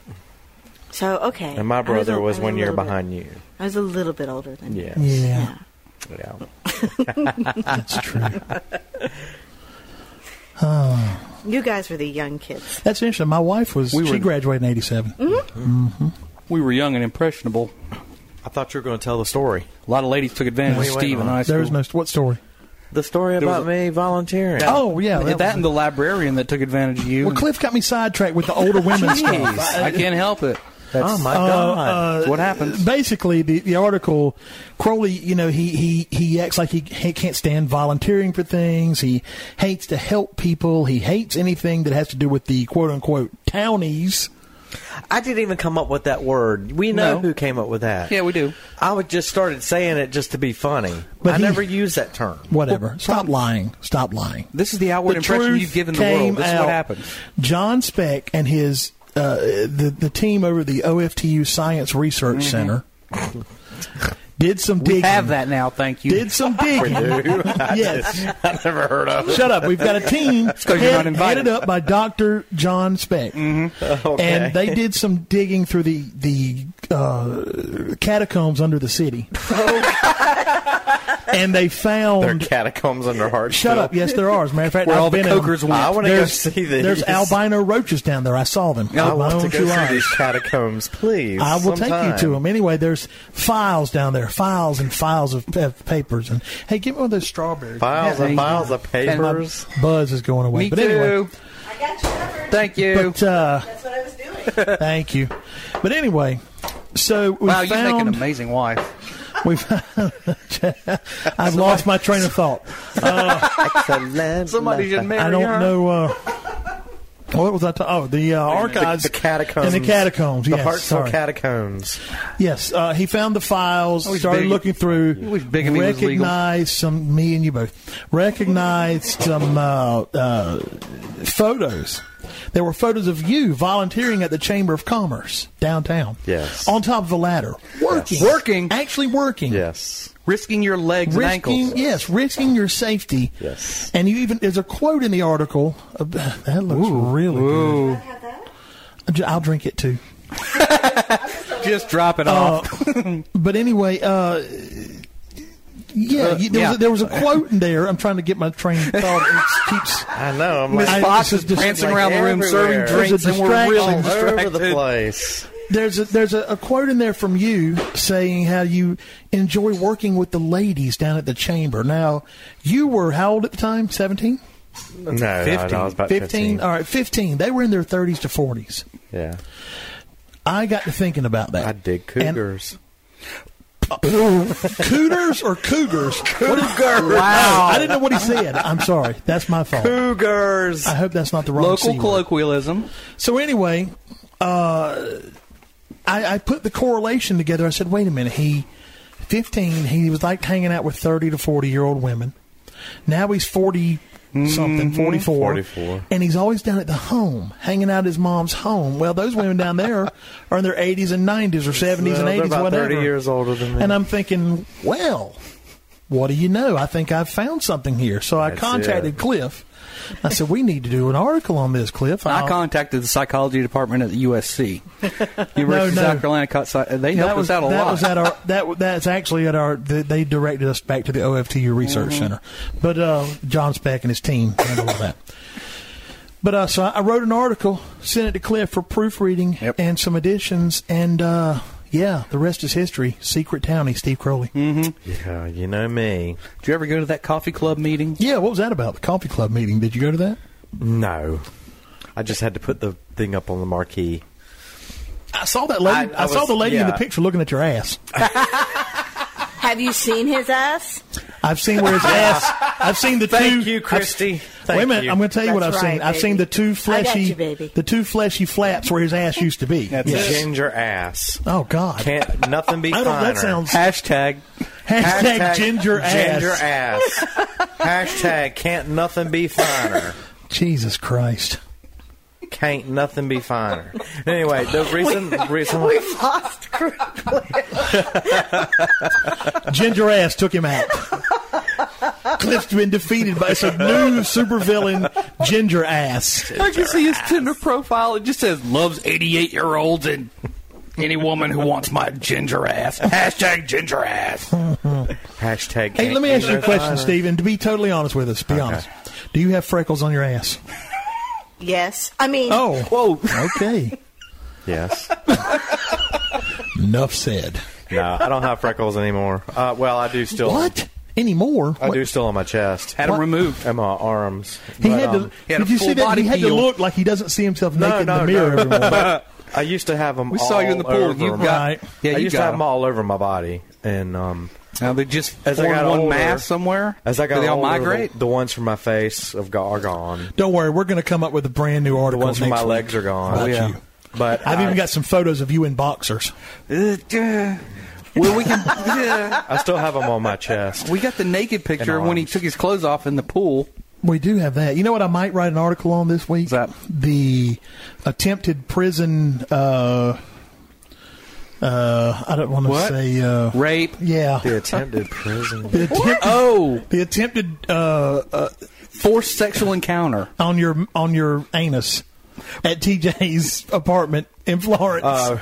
Speaker 4: So, okay.
Speaker 3: and my brother was, one year behind you.
Speaker 4: I was a little bit older than
Speaker 3: Yes. *laughs*
Speaker 4: you.
Speaker 2: Yeah.
Speaker 4: Yeah.
Speaker 3: Yeah.
Speaker 2: That's true.
Speaker 4: You guys were the young kids.
Speaker 2: That's interesting. My wife was,
Speaker 1: We
Speaker 2: she
Speaker 1: were-
Speaker 2: graduated in 87.
Speaker 1: We were young and impressionable.
Speaker 3: I thought you were going to tell the story.
Speaker 1: A lot of ladies took advantage
Speaker 3: Wait,
Speaker 1: of
Speaker 3: wait,
Speaker 1: Steve in
Speaker 3: hold on.
Speaker 1: high school.
Speaker 2: There was no, what story?
Speaker 3: The story
Speaker 1: There was
Speaker 3: about
Speaker 1: a-
Speaker 3: me volunteering.
Speaker 2: Oh, yeah.
Speaker 1: that,
Speaker 2: was-
Speaker 1: and the librarian that took advantage of you.
Speaker 3: Mm.
Speaker 2: well, Cliff got me sidetracked with the
Speaker 3: *laughs*
Speaker 2: older women's
Speaker 1: Jeez,
Speaker 2: stuff.
Speaker 1: I can't help it. That's
Speaker 3: Oh, my
Speaker 2: Uh,
Speaker 3: God.
Speaker 1: That's what happens.
Speaker 2: Basically, the, the article, Crowley, you know, he, he, he acts like he, he can't stand volunteering for things. He hates to help people. He hates anything that has to do with the quote unquote townies.
Speaker 3: I didn't even come up with that word. We know
Speaker 1: No.
Speaker 3: who came up with that.
Speaker 1: Yeah, we do.
Speaker 3: I would just started saying it just to be funny.
Speaker 2: But
Speaker 3: I
Speaker 2: he-
Speaker 3: never used that term.
Speaker 2: Whatever. Stop lying. Stop lying.
Speaker 1: This is the outward impression
Speaker 2: truth
Speaker 1: you've given the
Speaker 2: came
Speaker 1: world. This is
Speaker 2: out.
Speaker 1: what happens.
Speaker 2: John Speck and his uh, the the team over the OFTU Science Research Center
Speaker 1: *laughs*
Speaker 2: did some
Speaker 1: Mm-hmm. We
Speaker 2: digging.
Speaker 1: have that now, thank you.
Speaker 2: Did some digging. yes.
Speaker 3: *laughs* I never heard of it.
Speaker 2: Shut up. We've got a
Speaker 3: *laughs*
Speaker 2: team
Speaker 1: 'cause you're not invited.
Speaker 2: headed up by Dr. John Speck.
Speaker 3: Mm-hmm. Okay.
Speaker 2: And they did some digging through the, the uh, catacombs under the
Speaker 3: *laughs*
Speaker 2: city.
Speaker 3: Oh.
Speaker 2: and they found.
Speaker 3: There are catacombs under heart.
Speaker 2: Shut up. Yes, there are. As a matter of fact,
Speaker 1: Where
Speaker 2: I've
Speaker 1: all the
Speaker 2: been in-
Speaker 1: cokers went.
Speaker 3: I wanna go
Speaker 2: There's-
Speaker 3: see these.
Speaker 2: There's albino roaches down there. I saw them.
Speaker 3: I
Speaker 2: My
Speaker 3: want to
Speaker 2: own
Speaker 3: go
Speaker 2: two
Speaker 3: see
Speaker 2: eyes.
Speaker 3: these catacombs, please.
Speaker 2: I will
Speaker 3: sometime.
Speaker 2: take you to them. Anyway, there's files down there, files and files of, of papers. And hey, give me one of those strawberries.
Speaker 3: Files
Speaker 1: Yeah, thank
Speaker 3: and files
Speaker 1: you.
Speaker 3: of
Speaker 2: *laughs*
Speaker 3: papers.
Speaker 2: Buzz is going away.
Speaker 1: Me
Speaker 2: but
Speaker 1: too.
Speaker 2: anyway,
Speaker 4: I got you covered.
Speaker 1: Thank you.
Speaker 2: but uh,
Speaker 4: That's what I was
Speaker 2: *laughs*
Speaker 4: doing.
Speaker 2: thank you. But anyway, so we
Speaker 1: wow, you make an
Speaker 2: found
Speaker 1: amazing wife.
Speaker 2: we found, *laughs* I've lost my train of thought.
Speaker 3: Excellent.
Speaker 1: Somebody should marry
Speaker 2: I don't
Speaker 1: her.
Speaker 2: know. Uh, what was I talking? Oh, the uh, archives,
Speaker 3: the, the catacombs,
Speaker 2: and the catacombs.
Speaker 3: the
Speaker 2: yes,
Speaker 3: Hartsville
Speaker 2: sorry.
Speaker 3: catacombs.
Speaker 2: Yes, uh, he found the files,
Speaker 1: I wish
Speaker 2: started
Speaker 1: Oh, big-
Speaker 2: looking through,
Speaker 1: I wish bigamy was legal.
Speaker 2: recognized some, me and you both, recognized some uh, uh, photos. There were photos of you volunteering at the Chamber of Commerce downtown.
Speaker 3: Yes.
Speaker 2: On top of a ladder. Working.
Speaker 1: Working?
Speaker 2: Actually working.
Speaker 3: Yes.
Speaker 1: Risking your legs and ankles.
Speaker 2: Risking, yes, risking your safety.
Speaker 3: Yes.
Speaker 2: And you even, there's a quote in the article. Of, that looks really
Speaker 1: Ooh.
Speaker 4: Have that?
Speaker 2: good. I'll drink it too.
Speaker 1: Just drop
Speaker 2: Uh,
Speaker 1: it off.
Speaker 2: But anyway, uh, yeah,
Speaker 1: Uh,
Speaker 2: you, there,
Speaker 1: yeah.
Speaker 2: Was a, there was a quote in there. I'm trying to get my train of thought. It keeps.
Speaker 3: I know. I'm
Speaker 2: Miss
Speaker 3: like,
Speaker 2: Fox
Speaker 1: Foxes
Speaker 2: is just-
Speaker 1: prancing
Speaker 3: like
Speaker 1: around the room
Speaker 3: everywhere.
Speaker 1: serving drinks, and we're
Speaker 2: Distraction.
Speaker 1: really
Speaker 3: all over
Speaker 1: distracted.
Speaker 3: the place.
Speaker 2: There's a, there's a, a quote in there from you saying how you enjoy working with the ladies down at the chamber. Now, you were how old at the time? 17?
Speaker 3: No, no, no, I was about 15.
Speaker 2: 15? All right, 15. They were in their 30s to 40s.
Speaker 3: Yeah.
Speaker 2: I got to thinking about that.
Speaker 3: I dig
Speaker 2: And-
Speaker 3: cougars.
Speaker 2: cooters or *laughs* cougars?
Speaker 3: Cougar.
Speaker 1: Wow.
Speaker 2: I didn't know what he said. I'm sorry. That's my fault.
Speaker 3: Cougars.
Speaker 2: I hope that's not the wrong C
Speaker 1: Local
Speaker 2: word.
Speaker 1: colloquialism.
Speaker 2: So anyway, uh, I, I put the correlation together. I said, wait a minute, he, fifteen, he was like hanging out with thirty to forty year old women. Now he's forty something,
Speaker 3: Mm-hmm.
Speaker 2: forty four,
Speaker 3: 44.
Speaker 2: and he's always down at the home, hanging out at his mom's home. Well, those women down there are in their eighties and nineties or seventies
Speaker 3: Well,
Speaker 2: and
Speaker 3: they're
Speaker 2: eighties,
Speaker 3: about
Speaker 2: whatever.
Speaker 3: 30 years older than me.
Speaker 2: And I'm thinking, well, what do you know? I think I've found something here. So I
Speaker 3: That's
Speaker 2: contacted
Speaker 3: it.
Speaker 2: Cliff. I said, we need to do an article on this, Cliff.
Speaker 1: I
Speaker 2: I'll-
Speaker 1: contacted the psychology department at the *laughs* USC. University of
Speaker 2: no.
Speaker 1: South Carolina. caught psy- They helped
Speaker 2: that was,
Speaker 1: us out a
Speaker 2: that
Speaker 1: lot.
Speaker 2: Was at our, that, that's actually at our, th they directed us back to the OFTU Research Center. But uh, John Speck and his team handled all that. But uh, so I wrote an article, sent it to Cliff for proofreading
Speaker 1: Yep.
Speaker 2: and some additions, and uh, yeah, the rest is history. Secret Townie, Steve Crowley.
Speaker 3: yeah, you know me.
Speaker 1: Did you ever go to that coffee club meeting?
Speaker 2: Yeah, what was that about? The coffee club meeting? Did you go to that?
Speaker 3: No. I just had to put the thing up on the marquee.
Speaker 2: I saw that lady. I,
Speaker 3: I- I
Speaker 2: saw
Speaker 3: was-
Speaker 2: the lady in the
Speaker 3: yeah.
Speaker 2: picture looking at your ass.
Speaker 4: Have you seen his ass?
Speaker 2: I've seen where his
Speaker 3: *laughs*
Speaker 2: ass. I've seen the two.
Speaker 3: Thank you,
Speaker 2: I've-
Speaker 3: Christy.
Speaker 2: Wait a
Speaker 3: Thank
Speaker 2: minute.
Speaker 3: you.
Speaker 2: I'm going to tell you what I've
Speaker 4: That's
Speaker 2: seen.
Speaker 4: right,
Speaker 2: I've seen
Speaker 4: baby.
Speaker 2: the two
Speaker 4: I got
Speaker 2: fleshy,
Speaker 4: you, baby.
Speaker 2: the two fleshy flaps where his ass used to be.
Speaker 1: That's
Speaker 2: Yes.
Speaker 1: it.
Speaker 3: Ginger ass.
Speaker 2: Oh God.
Speaker 3: Can't nothing be
Speaker 2: I don't.
Speaker 3: finer.
Speaker 2: That sounds.
Speaker 1: Hashtag.
Speaker 2: Hashtag, *laughs* ginger ass.
Speaker 3: Ginger ass.
Speaker 2: *laughs*
Speaker 3: Hashtag can't nothing be finer.
Speaker 2: Jesus Christ.
Speaker 3: Can't nothing be finer.
Speaker 2: *laughs*
Speaker 3: Anyway, the recent recent
Speaker 4: We've lost Crowley.
Speaker 2: Ginger ass took him out. Cliff's been defeated by some new supervillain, Ginger Ass.
Speaker 1: I can see his Tinder profile. It just says loves 88 year olds and any woman who wants my ginger ass. Hashtag ginger ass.
Speaker 2: Hey,
Speaker 3: hashtag. can't
Speaker 2: let me
Speaker 3: be
Speaker 2: ask you a
Speaker 3: no
Speaker 2: question,
Speaker 3: finer.
Speaker 2: Stephen. To be totally honest with us, be honest. Do you have freckles on your ass?
Speaker 4: Yes. I mean,
Speaker 2: Oh.
Speaker 3: Whoa.
Speaker 2: Okay.
Speaker 3: Yes.
Speaker 2: Enough said.
Speaker 3: No, I don't have freckles anymore. Uh, well, I do still.
Speaker 2: What? Anymore?
Speaker 3: I
Speaker 2: What?
Speaker 3: do still on my chest.
Speaker 1: Had them
Speaker 2: What?
Speaker 1: removed.
Speaker 3: and my arms.
Speaker 2: He
Speaker 3: But,
Speaker 2: had to.
Speaker 3: um,
Speaker 1: he had a
Speaker 2: did you
Speaker 1: full
Speaker 2: see that?
Speaker 1: body
Speaker 2: He had to
Speaker 1: peel.
Speaker 2: look like he doesn't see himself
Speaker 3: No,
Speaker 2: naked
Speaker 3: no,
Speaker 2: in the mirror
Speaker 3: no.
Speaker 2: every morning.
Speaker 3: I used to have them.
Speaker 1: We saw you in the pool.
Speaker 3: Over
Speaker 1: You've
Speaker 3: my-
Speaker 1: got
Speaker 2: Right.
Speaker 1: yeah,
Speaker 3: I
Speaker 1: you
Speaker 3: used
Speaker 1: got
Speaker 3: to have
Speaker 1: 'em.
Speaker 3: them all over my body, and um,
Speaker 1: Now they just
Speaker 3: As I
Speaker 1: form
Speaker 3: got
Speaker 1: one
Speaker 3: older-
Speaker 1: mass somewhere.
Speaker 3: as I got
Speaker 1: Do they all
Speaker 3: older,
Speaker 1: migrate?
Speaker 3: the, the ones from my face have got, are gone.
Speaker 2: *laughs* Don't worry, we're going to come up with a brand new
Speaker 3: The
Speaker 2: article.
Speaker 3: ones from
Speaker 2: next
Speaker 3: my
Speaker 2: week
Speaker 3: legs are gone.
Speaker 2: about
Speaker 1: Oh, yeah.
Speaker 2: you.
Speaker 3: But
Speaker 2: I've
Speaker 3: I,
Speaker 2: even got some photos of you in boxers.
Speaker 1: *laughs* Uh, well, we can. *laughs* yeah.
Speaker 3: I still have them on my chest.
Speaker 1: *laughs* We got the naked picture
Speaker 3: And
Speaker 1: when he
Speaker 3: arms.
Speaker 1: took his clothes off in the pool.
Speaker 2: We do have that. You know what? I might write an article on this week.
Speaker 1: What's that?
Speaker 2: The attempted prison. Uh, uh, I don't want to
Speaker 1: What?
Speaker 2: say. Uh,
Speaker 1: Rape.
Speaker 2: yeah.
Speaker 3: The attempted prison.
Speaker 2: The, attempt,
Speaker 1: Oh,
Speaker 2: the attempted uh, uh,
Speaker 1: forced sexual encounter.
Speaker 2: on your on your anus at TJ's *laughs* apartment in Florence.
Speaker 3: Uh,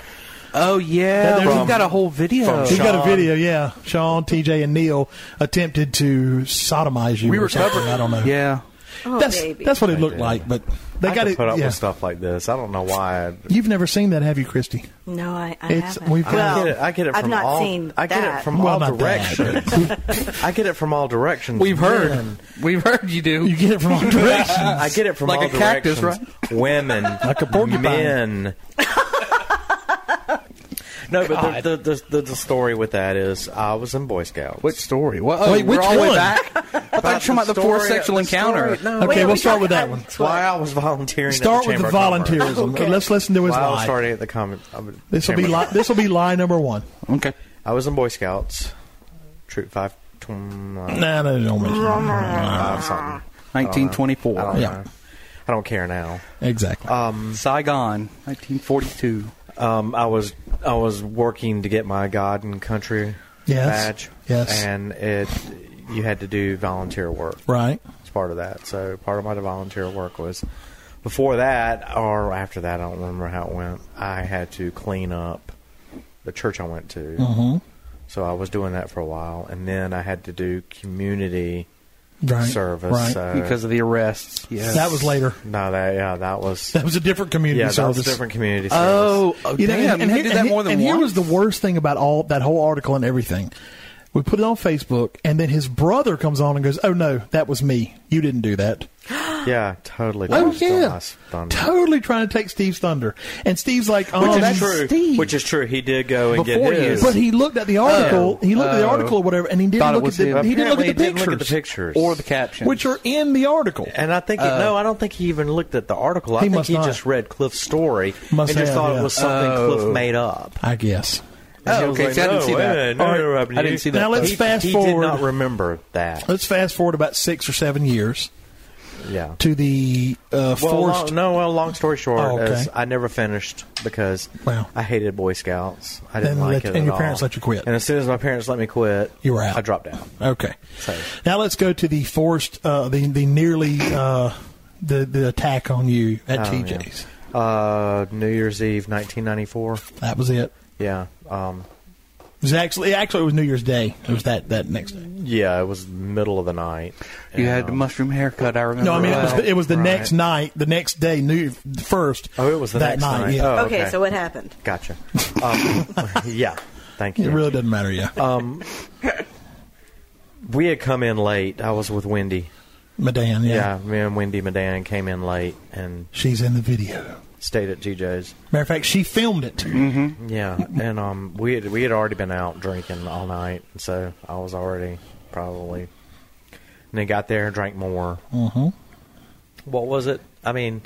Speaker 1: Oh yeah,
Speaker 2: That-
Speaker 1: we've
Speaker 2: from-
Speaker 1: got a whole video.
Speaker 3: from
Speaker 2: we got a
Speaker 3: Sean.
Speaker 2: video, yeah. Sean, TJ, and Neil attempted to sodomize you.
Speaker 1: we
Speaker 2: or
Speaker 1: were
Speaker 2: something,
Speaker 1: covered.
Speaker 2: I don't know.
Speaker 1: Yeah,
Speaker 4: oh,
Speaker 2: that's
Speaker 4: baby.
Speaker 2: that's what it
Speaker 3: They
Speaker 2: looked
Speaker 3: did.
Speaker 2: like. But they
Speaker 3: I
Speaker 2: got
Speaker 3: can
Speaker 2: it.
Speaker 3: put up
Speaker 2: yeah.
Speaker 3: with stuff like this. I don't know why. I,
Speaker 2: You've never seen that, have you, Christy?
Speaker 4: no, I, I
Speaker 2: It's-
Speaker 4: haven't.
Speaker 2: we've got-
Speaker 3: I
Speaker 4: well,
Speaker 3: get it. I get it
Speaker 4: I've
Speaker 3: from
Speaker 4: not
Speaker 3: all.
Speaker 4: seen
Speaker 3: I get
Speaker 4: that.
Speaker 3: it from
Speaker 2: Well,
Speaker 3: all
Speaker 2: not that,
Speaker 3: directions. I get it from all directions.
Speaker 1: we've heard.
Speaker 3: Men.
Speaker 1: We've heard you do.
Speaker 2: You get
Speaker 3: *laughs*
Speaker 2: it from all *laughs* directions.
Speaker 3: I get it from
Speaker 1: Like
Speaker 3: all
Speaker 1: a cactus,
Speaker 3: directions. Women, like
Speaker 2: a porcupine.
Speaker 3: men. no, but the, the, the, the, the story with that is, I was in Boy Scouts. Uh,
Speaker 1: Which story? Well, oh,
Speaker 2: Wait,
Speaker 1: we're
Speaker 2: which
Speaker 1: all the way
Speaker 2: one? *laughs*
Speaker 1: back. I thought you were talking about the
Speaker 3: story-
Speaker 1: forced sexual
Speaker 3: the
Speaker 1: encounter.
Speaker 3: story- no,
Speaker 2: Okay,
Speaker 4: Wait, are
Speaker 2: we'll
Speaker 4: we
Speaker 2: start with that
Speaker 4: talking
Speaker 2: one.
Speaker 4: about-
Speaker 3: why I was volunteering. at
Speaker 2: Start
Speaker 3: the
Speaker 2: with the
Speaker 3: Chamber of Commerce.
Speaker 2: volunteerism.
Speaker 4: Okay.
Speaker 2: Let's listen to his
Speaker 3: Why I was
Speaker 2: lie.
Speaker 3: starting at the comment. I'm-
Speaker 2: This will be
Speaker 3: Chamber of
Speaker 2: lie. This
Speaker 3: *laughs*
Speaker 2: will be lie number one.
Speaker 1: Okay.
Speaker 3: I was in Boy Scouts, troop five, tw- uh,
Speaker 2: Nah, no, don't mention it.
Speaker 3: five something. I don't
Speaker 1: 1924.
Speaker 2: Yeah.
Speaker 3: know. I don't care now.
Speaker 2: Exactly.
Speaker 3: Uh,
Speaker 1: Saigon, 1942.
Speaker 3: Um, I was I was working to get my God and Country
Speaker 2: Yes.
Speaker 3: badge.
Speaker 2: Yes.
Speaker 3: and it you had to do volunteer work.
Speaker 2: right.
Speaker 3: It's part of that. So part of my volunteer work was before that or after that. I don't remember how it went. I had to clean up the church I went to.
Speaker 2: hmm
Speaker 3: So I was doing that for a while, and then I had to do community
Speaker 2: Right.
Speaker 3: service. uh,
Speaker 2: Right.
Speaker 3: So
Speaker 1: Because of the arrests. Yes.
Speaker 2: uh, that was later.
Speaker 3: no, that yeah, that was
Speaker 2: That was a different community
Speaker 3: yeah, that
Speaker 2: service.
Speaker 3: was a different community. Service.
Speaker 1: Oh, oh
Speaker 2: You know,
Speaker 1: damn. you
Speaker 2: here-
Speaker 1: did that
Speaker 2: here-
Speaker 1: more than
Speaker 2: and
Speaker 1: once.
Speaker 2: here was the worst thing about all that whole article and everything. We put it on Facebook, and then his brother comes on and goes, "Oh no, that was me. You didn't do that."
Speaker 3: yeah, totally.
Speaker 2: oh
Speaker 3: Just on
Speaker 2: yeah,
Speaker 3: my stomach.
Speaker 2: totally trying to take Steve's thunder, and Steve's like, "Oh,
Speaker 3: Which
Speaker 2: that's
Speaker 3: is true.
Speaker 2: Steve."
Speaker 3: Which is true. Oh. He did go and
Speaker 1: Before
Speaker 3: get
Speaker 1: you.
Speaker 3: his.
Speaker 2: but he looked at the article. he looked at the
Speaker 1: Oh.
Speaker 2: article or whatever, and he didn't
Speaker 1: Thought it
Speaker 2: look at
Speaker 1: was
Speaker 2: the
Speaker 1: him.
Speaker 2: he didn't look
Speaker 3: Apparently
Speaker 2: at the
Speaker 3: he didn't
Speaker 2: pictures,
Speaker 3: look at the pictures.
Speaker 1: Or the captions.
Speaker 2: which are in the article.
Speaker 3: and I think he, no, I don't think he even looked at the article.
Speaker 2: Uh,
Speaker 3: I
Speaker 2: He
Speaker 3: think
Speaker 2: must
Speaker 3: he
Speaker 2: not.
Speaker 3: just read Cliff's story
Speaker 2: Must
Speaker 3: and just
Speaker 2: have,
Speaker 3: thought
Speaker 2: yeah.
Speaker 3: it was something
Speaker 1: Oh.
Speaker 3: Cliff made up.
Speaker 2: I guess.
Speaker 3: And he
Speaker 1: Oh,
Speaker 3: was
Speaker 1: okay.
Speaker 3: like,
Speaker 1: See, I didn't
Speaker 3: no,
Speaker 1: see that.
Speaker 3: wait, no,
Speaker 1: All right.
Speaker 3: no,
Speaker 1: I didn't see that.
Speaker 2: Now let's
Speaker 3: he,
Speaker 2: fast
Speaker 3: he did
Speaker 2: forward.
Speaker 3: not remember that.
Speaker 2: Let's fast forward about six or seven years
Speaker 3: Yeah.
Speaker 2: to the uh,
Speaker 3: Well,
Speaker 2: forced.
Speaker 3: long, no. Well, long story short,
Speaker 2: Oh, okay.
Speaker 3: is I never finished because
Speaker 2: Wow.
Speaker 3: I hated Boy Scouts. I didn't
Speaker 2: And
Speaker 3: like
Speaker 2: let-
Speaker 3: it.
Speaker 2: and
Speaker 3: at
Speaker 2: your parents
Speaker 3: all.
Speaker 2: let you quit.
Speaker 3: And as soon as my parents let me quit,
Speaker 2: You were out.
Speaker 3: I dropped out.
Speaker 2: Okay.
Speaker 3: So-
Speaker 2: Now let's go to the forced, uh, the the nearly uh, the the attack on you at
Speaker 3: Oh,
Speaker 2: TJ's.
Speaker 3: yeah. Uh, New Year's Eve, 1994.
Speaker 2: That was it.
Speaker 3: Yeah. Um,
Speaker 2: It was actually actually it was New Year's Day. It was that that next day.
Speaker 3: yeah. It was middle of the night.
Speaker 1: You
Speaker 3: And,
Speaker 1: had the
Speaker 3: um,
Speaker 1: mushroom haircut, I remember.
Speaker 2: No, I mean it was
Speaker 1: well.
Speaker 2: the, it was the
Speaker 3: Right.
Speaker 2: next night, the next day, New the first.
Speaker 3: Oh, it was the
Speaker 2: that
Speaker 3: next
Speaker 2: night.
Speaker 3: night.
Speaker 2: Yeah.
Speaker 3: Oh.
Speaker 4: okay,
Speaker 3: okay.
Speaker 4: so what happened?
Speaker 3: Gotcha. *laughs* Um, yeah. Thank
Speaker 2: It
Speaker 3: you.
Speaker 2: really doesn't matter. Yeah,
Speaker 3: Um, we had come in late. I was with Wendy.
Speaker 2: Madan. Yeah.
Speaker 3: Yeah. Me and Wendy Madan came in late and
Speaker 2: she's in the video.
Speaker 3: stayed at TJ's.
Speaker 2: Matter of fact, she filmed it.
Speaker 3: Mm-hmm. Yeah, and um, we had, we had already been out drinking all night, so I was already probably. And then got there and drank more.
Speaker 2: Mm-hmm.
Speaker 3: What was it? I mean,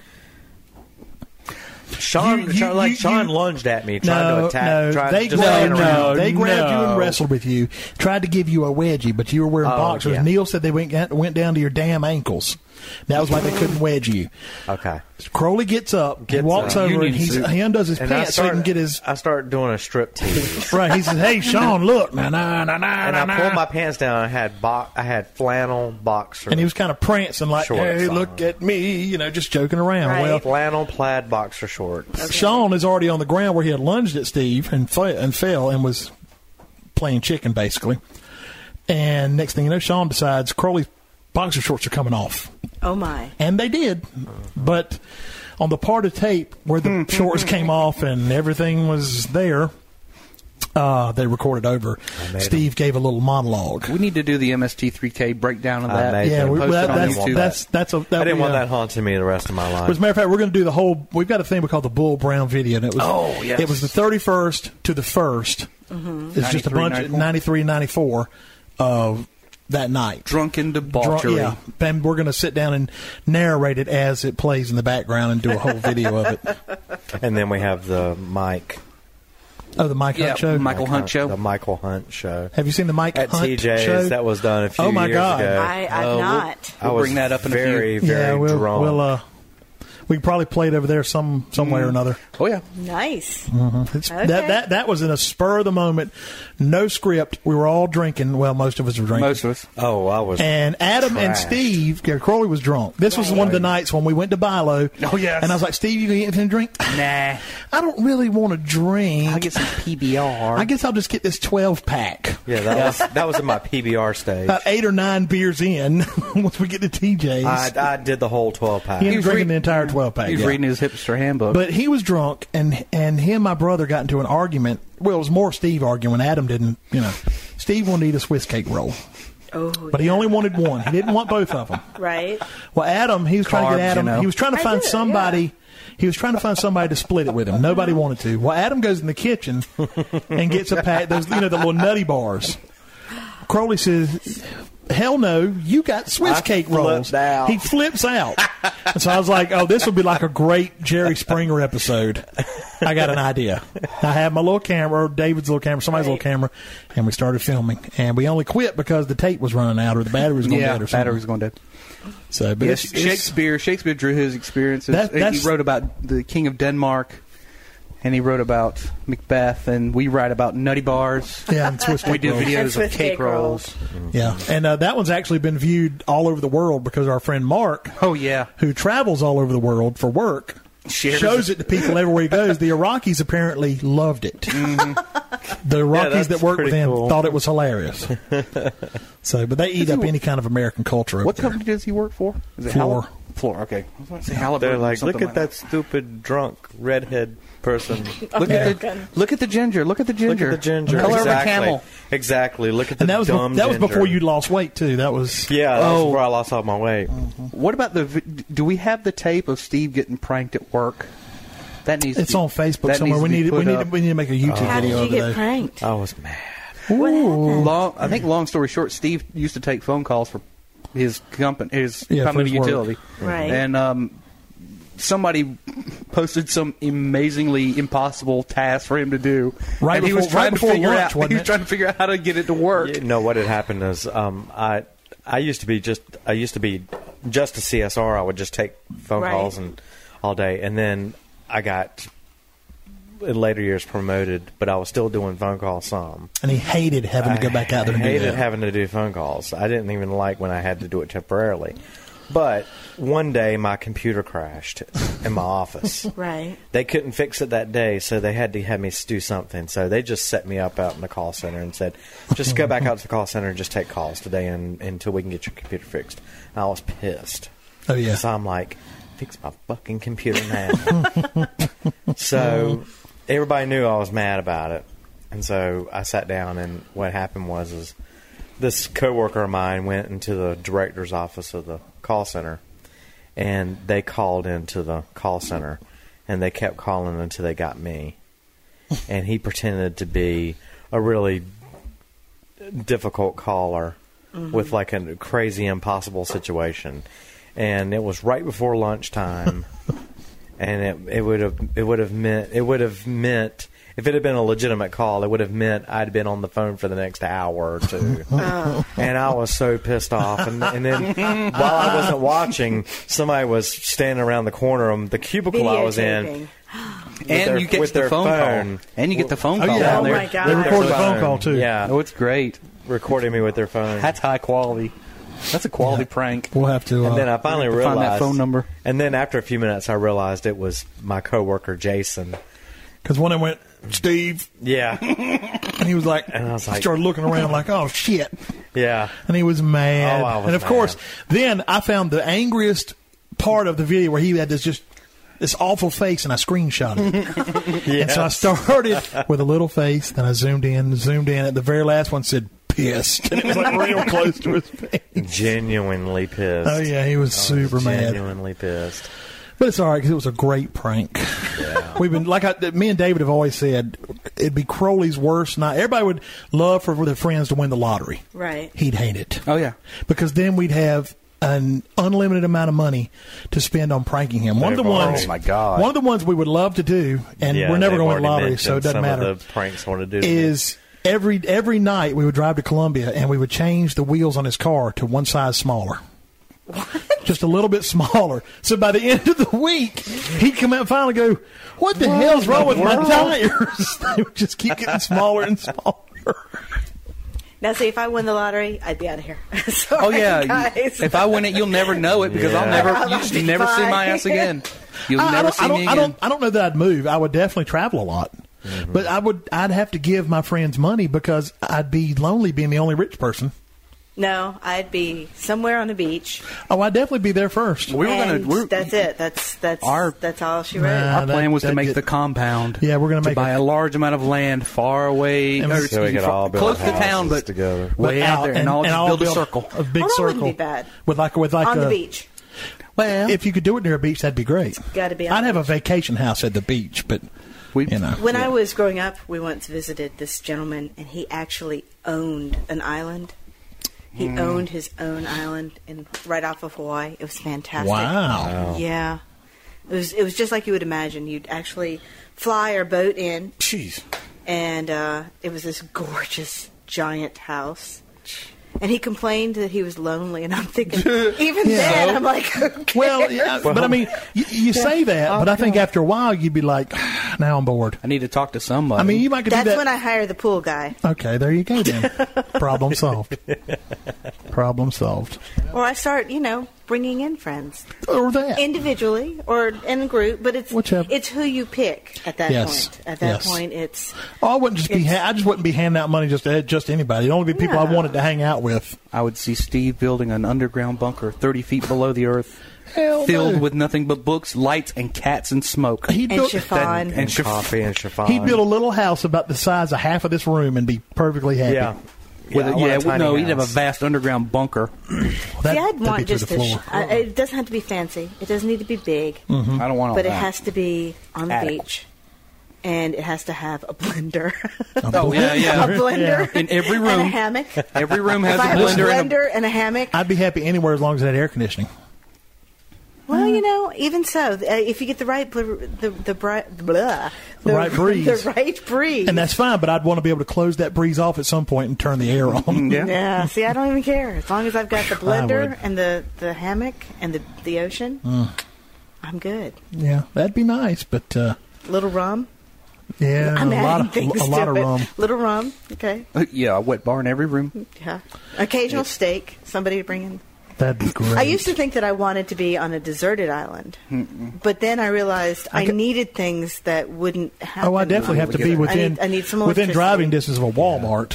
Speaker 3: Sean,
Speaker 2: You- you-
Speaker 3: Sean- like
Speaker 2: you-
Speaker 3: Sean
Speaker 2: you-
Speaker 3: lunged at me, trying to attack.
Speaker 2: No,
Speaker 3: trying
Speaker 2: they
Speaker 3: to just
Speaker 2: grabbed,
Speaker 3: laying around.
Speaker 2: you, they grabbed you and
Speaker 1: no.
Speaker 2: wrestled with you. Tried to give you a wedgie, but you were wearing
Speaker 3: Oh,
Speaker 2: boxers.
Speaker 3: yeah.
Speaker 2: Neil said they went went down to your damn ankles. That was why they couldn't wedge you.
Speaker 3: Okay,
Speaker 2: Crowley gets up, he
Speaker 3: Gets
Speaker 2: walks
Speaker 3: up.
Speaker 2: over,
Speaker 1: Union
Speaker 2: and he's,
Speaker 1: suit.
Speaker 2: he undoes his
Speaker 3: and I
Speaker 2: pants so he
Speaker 3: start,
Speaker 2: can get his.
Speaker 3: I start doing a strip tease,
Speaker 2: Right, he says, "Hey, Sean, look, na na na na
Speaker 3: and
Speaker 2: na."
Speaker 3: I pulled my
Speaker 2: na."
Speaker 3: pants down. I had bo- I had flannel boxer,
Speaker 2: And he was kind of prancing, like,
Speaker 3: Shorts
Speaker 2: "Hey,
Speaker 3: on.
Speaker 2: look at me," you know, just joking around.
Speaker 4: Right.
Speaker 2: Well,
Speaker 3: flannel plaid boxer shorts.
Speaker 2: Sean is already on the ground where he had lunged at Steve and fe- and fell and was playing chicken basically. And next thing you know, Sean decides Crowley's boxer shorts are coming off,
Speaker 4: Oh my.
Speaker 2: And they did. But on the part of tape where the shorts came off and everything was there, uh, they recorded over.
Speaker 3: made
Speaker 2: Steve gave a little monologue.
Speaker 1: We need to do the MST3K breakdown of
Speaker 3: I
Speaker 1: that.
Speaker 3: made
Speaker 1: and
Speaker 2: Yeah,
Speaker 3: them.
Speaker 2: we,
Speaker 1: post
Speaker 2: that,
Speaker 1: it on
Speaker 2: that's,
Speaker 1: YouTube.
Speaker 2: that's that's a. That
Speaker 3: I didn't
Speaker 2: we,
Speaker 3: want
Speaker 2: uh,
Speaker 3: that haunting me the rest of my life.
Speaker 2: As a matter of fact, we're going to do the whole. We've got a thing we call the Bull Brown video, and it was
Speaker 1: Oh, yes.
Speaker 2: it was the thirty first to the 1st
Speaker 3: Mm-hmm.
Speaker 2: It's just a
Speaker 1: 93,
Speaker 2: bunch of
Speaker 1: 94.
Speaker 2: 93, 94 of that night.
Speaker 1: drunken
Speaker 2: Drunk-
Speaker 1: debauchery.
Speaker 2: yeah, and we're going to sit down and narrate it as it plays in the background and do a whole video of it.
Speaker 3: and then we have the Mike
Speaker 2: Oh, the Mike
Speaker 1: Yeah,
Speaker 2: Hunt show.
Speaker 1: Michael Hunt
Speaker 3: Hunt-
Speaker 1: show.
Speaker 3: The Michael Hunt show.
Speaker 2: Have you seen the Mike
Speaker 3: At
Speaker 2: Hunt
Speaker 3: TJ's,
Speaker 2: show?
Speaker 3: that was done a few
Speaker 2: Oh, my
Speaker 3: years
Speaker 2: God.
Speaker 3: ago.
Speaker 4: I, I've
Speaker 1: Uh, we'll-
Speaker 4: not.
Speaker 3: I
Speaker 1: We'll
Speaker 3: was
Speaker 1: bring that up in a few-
Speaker 3: very,
Speaker 2: yeah,
Speaker 3: very
Speaker 2: we'll,
Speaker 3: drunk.
Speaker 2: we'll uh, we can probably play it over there some some
Speaker 3: Mm.
Speaker 2: way or another.
Speaker 1: Oh yeah,
Speaker 4: Nice.
Speaker 1: Mm-hmm.
Speaker 2: It's,
Speaker 4: Okay.
Speaker 2: That that that was in a spur of the moment, no script. We were all drinking. Well, most of us were drinking.
Speaker 1: most of us.
Speaker 3: oh, I was.
Speaker 2: And Adam and
Speaker 3: Trash.
Speaker 2: Steve, Gary Crowley was drunk. This was
Speaker 4: Right.
Speaker 2: one of the nights when we went to Bilo.
Speaker 1: Oh, yes.
Speaker 2: And I was like, Steve, you gonna get anything to drink? *sighs*
Speaker 1: Nah,
Speaker 2: I don't really want to drink.
Speaker 1: I'll get some PBR.
Speaker 2: I guess I'll just get this twelve pack.
Speaker 3: yeah, that was that was in my PBR stage.
Speaker 2: About eight or nine beers in, *laughs* once we get to TJ's,
Speaker 3: I, I did the whole twelve pack.
Speaker 1: He
Speaker 2: he ended
Speaker 1: was
Speaker 2: drinking
Speaker 1: read-
Speaker 2: the entire twelve pack.
Speaker 1: He's
Speaker 2: yeah.
Speaker 1: reading his hipster handbook.
Speaker 2: But he was drunk, and and he and my brother got into an argument. Well, it was more Steve arguing. Adam didn't, you know. Steve wanted to eat a Swiss cake roll,
Speaker 4: Oh, *laughs*
Speaker 2: but he only wanted one. He didn't want both of them.
Speaker 4: right.
Speaker 2: Well, Adam, he was trying to
Speaker 1: Carbs,
Speaker 2: get Adam.
Speaker 1: you know.
Speaker 2: He was trying to
Speaker 4: I
Speaker 2: find
Speaker 4: did,
Speaker 2: somebody. He was trying to find somebody to split it with him. Nobody wanted to. Well, Adam goes in the kitchen and gets a pack. Those you know the little nutty bars. Crowley says, "Hell no, you got Swiss
Speaker 3: I
Speaker 2: cake
Speaker 3: flipped
Speaker 2: rolls."
Speaker 3: out.
Speaker 2: He flips out. and so I was like, "Oh, this would be like a great Jerry Springer episode." I got an idea. I had my little camera, or David's little camera, somebody's little camera, and we started filming. And we only quit because the tape was running out, or the battery was going
Speaker 1: yeah,
Speaker 2: dead, or something.
Speaker 1: battery's going dead.
Speaker 2: So, but
Speaker 1: Yes,
Speaker 2: it's- it's-
Speaker 1: Shakespeare. Shakespeare drew his experiences.
Speaker 2: That- that's-
Speaker 1: he wrote about the King of Denmark, and he wrote about Macbeth, and we write about nutty bars.
Speaker 2: Yeah, and Swiss
Speaker 1: We
Speaker 2: cake
Speaker 1: do
Speaker 2: rolls.
Speaker 4: And
Speaker 1: videos of
Speaker 4: Swiss
Speaker 1: cake
Speaker 4: cake rolls.
Speaker 1: rolls.
Speaker 2: Yeah, and uh, that one's actually been viewed all over the world because our friend Mark,
Speaker 1: Oh yeah,
Speaker 2: who travels all over the world for work,
Speaker 1: Shares
Speaker 2: shows
Speaker 1: it.
Speaker 2: it to people everywhere he goes. The Iraqis apparently loved it. The Iraqis
Speaker 3: that's
Speaker 2: that worked with
Speaker 3: pretty
Speaker 2: him
Speaker 3: cool.
Speaker 2: thought it was hilarious. so, but they eat up any kind of American culture.
Speaker 1: What
Speaker 2: over there.
Speaker 1: company does he work for? Is it
Speaker 2: Floor.
Speaker 1: Halliburton? Floor. Okay, I was going to say Halliburton
Speaker 3: They're
Speaker 1: or
Speaker 3: like,
Speaker 1: something
Speaker 3: look at that
Speaker 1: that.
Speaker 3: stupid drunk redhead person.
Speaker 1: Look at the look at the ginger. Look at the
Speaker 3: Look
Speaker 1: ginger.
Speaker 3: at the ginger.
Speaker 1: Color
Speaker 3: exactly.
Speaker 1: of a camel.
Speaker 3: Exactly. Look at the
Speaker 2: And that was
Speaker 3: dumb.
Speaker 2: be- that was
Speaker 3: ginger.
Speaker 2: before you lost weight too. That was
Speaker 3: Yeah, that was
Speaker 1: Oh.
Speaker 3: before I lost all my weight.
Speaker 2: Uh-huh.
Speaker 1: What about the? vi- Do we have the tape of Steve getting pranked at work? That needs. to
Speaker 2: It's
Speaker 1: be-
Speaker 2: on Facebook
Speaker 1: that
Speaker 2: somewhere.
Speaker 1: needs to
Speaker 2: We
Speaker 1: be
Speaker 2: need we
Speaker 1: put
Speaker 2: need
Speaker 1: up.
Speaker 2: we need to make a YouTube
Speaker 4: How did
Speaker 2: video
Speaker 4: you
Speaker 2: of
Speaker 4: get
Speaker 2: it.
Speaker 4: pranked?
Speaker 1: Um,
Speaker 3: I was mad.
Speaker 4: What happened?
Speaker 1: Long, I think long story short, Steve used to take phone calls for his company, his
Speaker 2: Yeah, for
Speaker 1: company
Speaker 2: his work.
Speaker 1: utility,
Speaker 4: Right.
Speaker 1: And um, somebody posted some amazingly impossible task for him to do.
Speaker 2: Right
Speaker 1: and he
Speaker 2: before-
Speaker 1: was trying
Speaker 2: right
Speaker 1: to
Speaker 2: before
Speaker 1: figure
Speaker 2: lunch,
Speaker 1: out. *laughs*
Speaker 2: wasn't
Speaker 1: he was
Speaker 2: it?
Speaker 1: trying to figure out how to get it to work.
Speaker 3: You know what had happened is um, I I used to be just I used to be just a CSR. I would just take phone
Speaker 4: Right.
Speaker 3: calls and all day, and then I got in later years promoted, but I was still doing phone calls some.
Speaker 2: And he hated having to go back out there
Speaker 3: I
Speaker 2: and do
Speaker 3: hated
Speaker 2: that.
Speaker 3: having to do phone calls. I didn't even like when I had to do it temporarily. But one day my computer crashed in
Speaker 2: *laughs*
Speaker 3: my office.
Speaker 4: Right.
Speaker 3: They couldn't fix it that day, so they had to have me do something. So they just set me up out in the call center and said, "Just go back out to the call center and just take calls today and, until we can get your computer fixed." And I was pissed.
Speaker 2: Oh, yeah.
Speaker 3: So I'm like, "Fix my fucking computer
Speaker 2: *laughs*
Speaker 3: now." so everybody knew I was mad about it, and so I sat down. And what happened was, is this coworker of mine went into the director's office of the call center, and they called into the call center, and they kept calling until they got me, and he pretended to be a really difficult caller
Speaker 4: Mm-hmm.
Speaker 3: with like a crazy impossible situation and it was right before
Speaker 4: *laughs*
Speaker 3: lunchtime and it it would have it would have meant it would have meant if it had been a legitimate call it would have meant I'd been on the phone for the next hour or
Speaker 4: *laughs*
Speaker 3: two
Speaker 4: Oh.
Speaker 3: and I was so pissed off and, and then while I wasn't watching somebody was standing around the corner of the cubicle I was in
Speaker 4: Videotaping.
Speaker 1: and
Speaker 3: their-
Speaker 1: you get
Speaker 3: with
Speaker 1: the
Speaker 3: their
Speaker 1: phone,
Speaker 3: phone.
Speaker 1: call, and you get the phone
Speaker 2: Oh,
Speaker 1: call.
Speaker 2: yeah.
Speaker 1: down
Speaker 4: Oh,
Speaker 1: there.
Speaker 4: my God.
Speaker 2: They
Speaker 4: With their
Speaker 2: recorded the phone call too.
Speaker 3: yeah
Speaker 1: Oh, it's great.
Speaker 3: recording me with their phone
Speaker 1: That's high quality. That's a quality prank.
Speaker 2: We'll have to. Uh,
Speaker 3: And then I finally
Speaker 1: have to
Speaker 3: realized
Speaker 1: find that phone number.
Speaker 3: And then after a few minutes, I realized it was my coworker Jason.
Speaker 2: Because when I went, Steve,
Speaker 3: Yeah,
Speaker 2: and he was like,
Speaker 3: And I was like-
Speaker 2: started looking around like, oh shit.
Speaker 3: Yeah.
Speaker 2: and he was mad.
Speaker 3: Oh, I was
Speaker 2: and of
Speaker 3: mad.
Speaker 2: course, then I found the angriest part of the video where he had this just this awful face, and I screenshot it. And so I started with a little face, then I zoomed in, zoomed in. At the very last one, said pissed, and it was like real close *laughs* to his face.
Speaker 3: Genuinely pissed.
Speaker 2: Oh yeah, he was super mad.
Speaker 3: Genuinely pissed.
Speaker 2: But it's all right because it was a great prank. We've been like I, me and David have always said, it'd be Crowley's worst night. Everybody would love for their friends to win the lottery.
Speaker 4: Right.
Speaker 2: He'd hate it.
Speaker 1: Oh, yeah.
Speaker 2: because then we'd have an unlimited amount of money to spend on pranking him. One of the
Speaker 3: They've already-
Speaker 2: ones,
Speaker 5: Oh, my God.
Speaker 2: one of the ones we would love to do, and
Speaker 3: Yeah,
Speaker 2: we're never
Speaker 3: they've
Speaker 2: going to win the
Speaker 3: already
Speaker 2: lottery, so it
Speaker 3: mentioned
Speaker 2: doesn't
Speaker 3: some of
Speaker 2: matter.
Speaker 3: the pranks I wanna do to
Speaker 2: is every every night we would drive to Columbia and we would change the wheels on his car to one size smaller. Just a little bit smaller. So by the end of the week, he'd come out and finally go, "What the hell's wrong with my tires?" *laughs* they would just keep getting smaller and smaller.
Speaker 4: Now, see, if I won the lottery, I'd be out of here. *laughs* Sorry,
Speaker 1: Oh yeah, you-
Speaker 4: guys.
Speaker 1: if I win it, you'll never know it because I'll
Speaker 3: Yeah.
Speaker 1: never
Speaker 4: I'll
Speaker 1: you just
Speaker 4: be
Speaker 1: never see
Speaker 4: fine.
Speaker 1: my ass again. You'll
Speaker 2: I- I
Speaker 1: never
Speaker 2: don't-
Speaker 1: see
Speaker 2: I don't,
Speaker 1: me
Speaker 2: I
Speaker 1: again.
Speaker 2: don't, I don't know that I'd move. I would definitely travel a lot.
Speaker 1: Mm-hmm.
Speaker 2: But I would, I'd have to give my friends money because I'd be lonely being the only rich person.
Speaker 4: no, I'd be somewhere on the beach.
Speaker 2: Oh, I'd definitely be there first.
Speaker 1: we were gonna.
Speaker 4: and
Speaker 1: We're,
Speaker 4: that's it. That's that's
Speaker 1: Our-
Speaker 4: that's all she wrote.
Speaker 2: Nah.
Speaker 1: Our
Speaker 2: that-
Speaker 1: plan was to
Speaker 2: that'd
Speaker 1: make
Speaker 2: get-
Speaker 1: the compound.
Speaker 2: Yeah, we're gonna
Speaker 1: to
Speaker 2: make
Speaker 1: buy a
Speaker 2: a-
Speaker 1: large amount of land far away,
Speaker 2: And
Speaker 1: or,
Speaker 2: so
Speaker 1: excuse
Speaker 2: we
Speaker 1: me,
Speaker 5: could
Speaker 1: far-
Speaker 5: all build
Speaker 1: close to town,
Speaker 5: houses
Speaker 1: but
Speaker 5: together.
Speaker 1: way out there, and, all just build, a circle.
Speaker 2: a big
Speaker 4: Oh, that
Speaker 2: circle.
Speaker 4: wouldn't be bad.
Speaker 2: With like, with like
Speaker 4: on
Speaker 2: a,
Speaker 4: the beach.
Speaker 1: Well,
Speaker 2: If you could do it near a beach, that'd be great.
Speaker 4: gotta be on
Speaker 2: I'd
Speaker 4: the
Speaker 2: have a vacation house at the beach, but
Speaker 1: We-
Speaker 2: you know,
Speaker 4: When I was growing up, we once visited this gentleman, and he actually owned an island. He
Speaker 2: Mm.
Speaker 4: owned his own island in right off of Hawaii. It was fantastic.
Speaker 2: Wow.
Speaker 4: Yeah. It was it was just like you would imagine. You'd actually fly or boat in,
Speaker 1: jeez,
Speaker 4: and uh, it was this gorgeous giant house. And he complained that he was lonely, and
Speaker 2: *laughs*
Speaker 4: I'm thinking, even
Speaker 2: Yeah.
Speaker 4: then, I'm like, who cares?
Speaker 1: *laughs*
Speaker 2: well, yeah, but I mean, you, you say that, but I think after a while you'd be like, *sighs* now I'm bored.
Speaker 1: I need to talk to somebody.
Speaker 2: I mean, you might could
Speaker 4: that's
Speaker 2: do that.
Speaker 4: when I hire the pool guy,
Speaker 2: Okay, there you go then. Problem solved. Problem solved.
Speaker 4: or I start, you know, bringing in friends.
Speaker 2: Or that.
Speaker 4: individually or in a group, but it's
Speaker 2: Whichever.
Speaker 4: it's who you pick at that
Speaker 2: Yes.
Speaker 4: point. At that
Speaker 2: Yes.
Speaker 4: point, it's
Speaker 2: oh, I wouldn't just be.
Speaker 4: It's-
Speaker 2: Ha- I just wouldn't be handing out money just to just anybody. It'd only be people I
Speaker 4: No.
Speaker 2: wanted to hang out with.
Speaker 1: I would see Steve building an underground bunker 30 feet below the earth,
Speaker 2: Hell
Speaker 1: filled
Speaker 2: no.
Speaker 1: with nothing but books, lights, and cats and smoke.
Speaker 2: He'd
Speaker 4: and
Speaker 2: build,
Speaker 4: chiffon.
Speaker 1: and chif-
Speaker 3: coffee and chiffon.
Speaker 2: he'd build a little house about the size of half of this room and be perfectly happy.
Speaker 3: Yeah.
Speaker 1: With
Speaker 3: I
Speaker 1: a,
Speaker 3: want a
Speaker 1: yeah,
Speaker 3: tiny
Speaker 1: no, he'd have a
Speaker 3: house.
Speaker 1: vast underground
Speaker 4: *clears throat*
Speaker 1: bunker.
Speaker 2: Well, that-
Speaker 4: See, I'd
Speaker 2: that'd be
Speaker 4: want
Speaker 2: through
Speaker 4: just
Speaker 2: the
Speaker 4: a. Sh-
Speaker 2: floor. Mm-hmm.
Speaker 4: I, it doesn't have to be fancy. It doesn't need to be big,
Speaker 1: I don't want all
Speaker 4: but it
Speaker 1: that.
Speaker 4: has to be on the
Speaker 1: Adequate.
Speaker 4: beach, and it has to have a blender,
Speaker 1: Oh yeah, yeah.
Speaker 4: a blender
Speaker 1: In every room.
Speaker 4: and a hammock.
Speaker 1: Every room
Speaker 4: If
Speaker 1: has
Speaker 4: I
Speaker 1: a
Speaker 4: have
Speaker 1: blender. and a-
Speaker 4: and a hammock,
Speaker 2: I'd be happy anywhere as long as it had air conditioning.
Speaker 4: well, you know, even so, uh, if you get the right bl- the the, bri- blah, *laughs* the
Speaker 2: right breeze.
Speaker 4: the right breeze,
Speaker 2: And that's fine, but I'd want to be able to close that breeze off at some point and turn the air on.
Speaker 1: Mm, Yeah.
Speaker 4: Yeah, see, I don't even care. As long as I've got the
Speaker 2: I would. Mm.
Speaker 4: blender and the, the hammock and the, the ocean, I'm good.
Speaker 2: yeah, that'd be nice, but uh,
Speaker 4: Little rum.
Speaker 2: yeah,
Speaker 4: I'm
Speaker 2: a
Speaker 4: adding
Speaker 2: lot of a
Speaker 4: things
Speaker 2: lot
Speaker 4: to
Speaker 2: of
Speaker 4: it.
Speaker 2: rum.
Speaker 4: Little rum. Okay.
Speaker 1: Uh, yeah, a wet bar in every room.
Speaker 4: Yeah. Occasional steak. Somebody to bring in.
Speaker 2: That'd be great.
Speaker 4: I used to think that I wanted to be on a deserted island, but then I realized I,
Speaker 2: ca-
Speaker 4: needed things that wouldn't happen.
Speaker 2: Oh, I definitely have to be
Speaker 4: I
Speaker 2: within
Speaker 4: need, I need some
Speaker 2: within
Speaker 4: electricity.
Speaker 2: driving distance of a Walmart.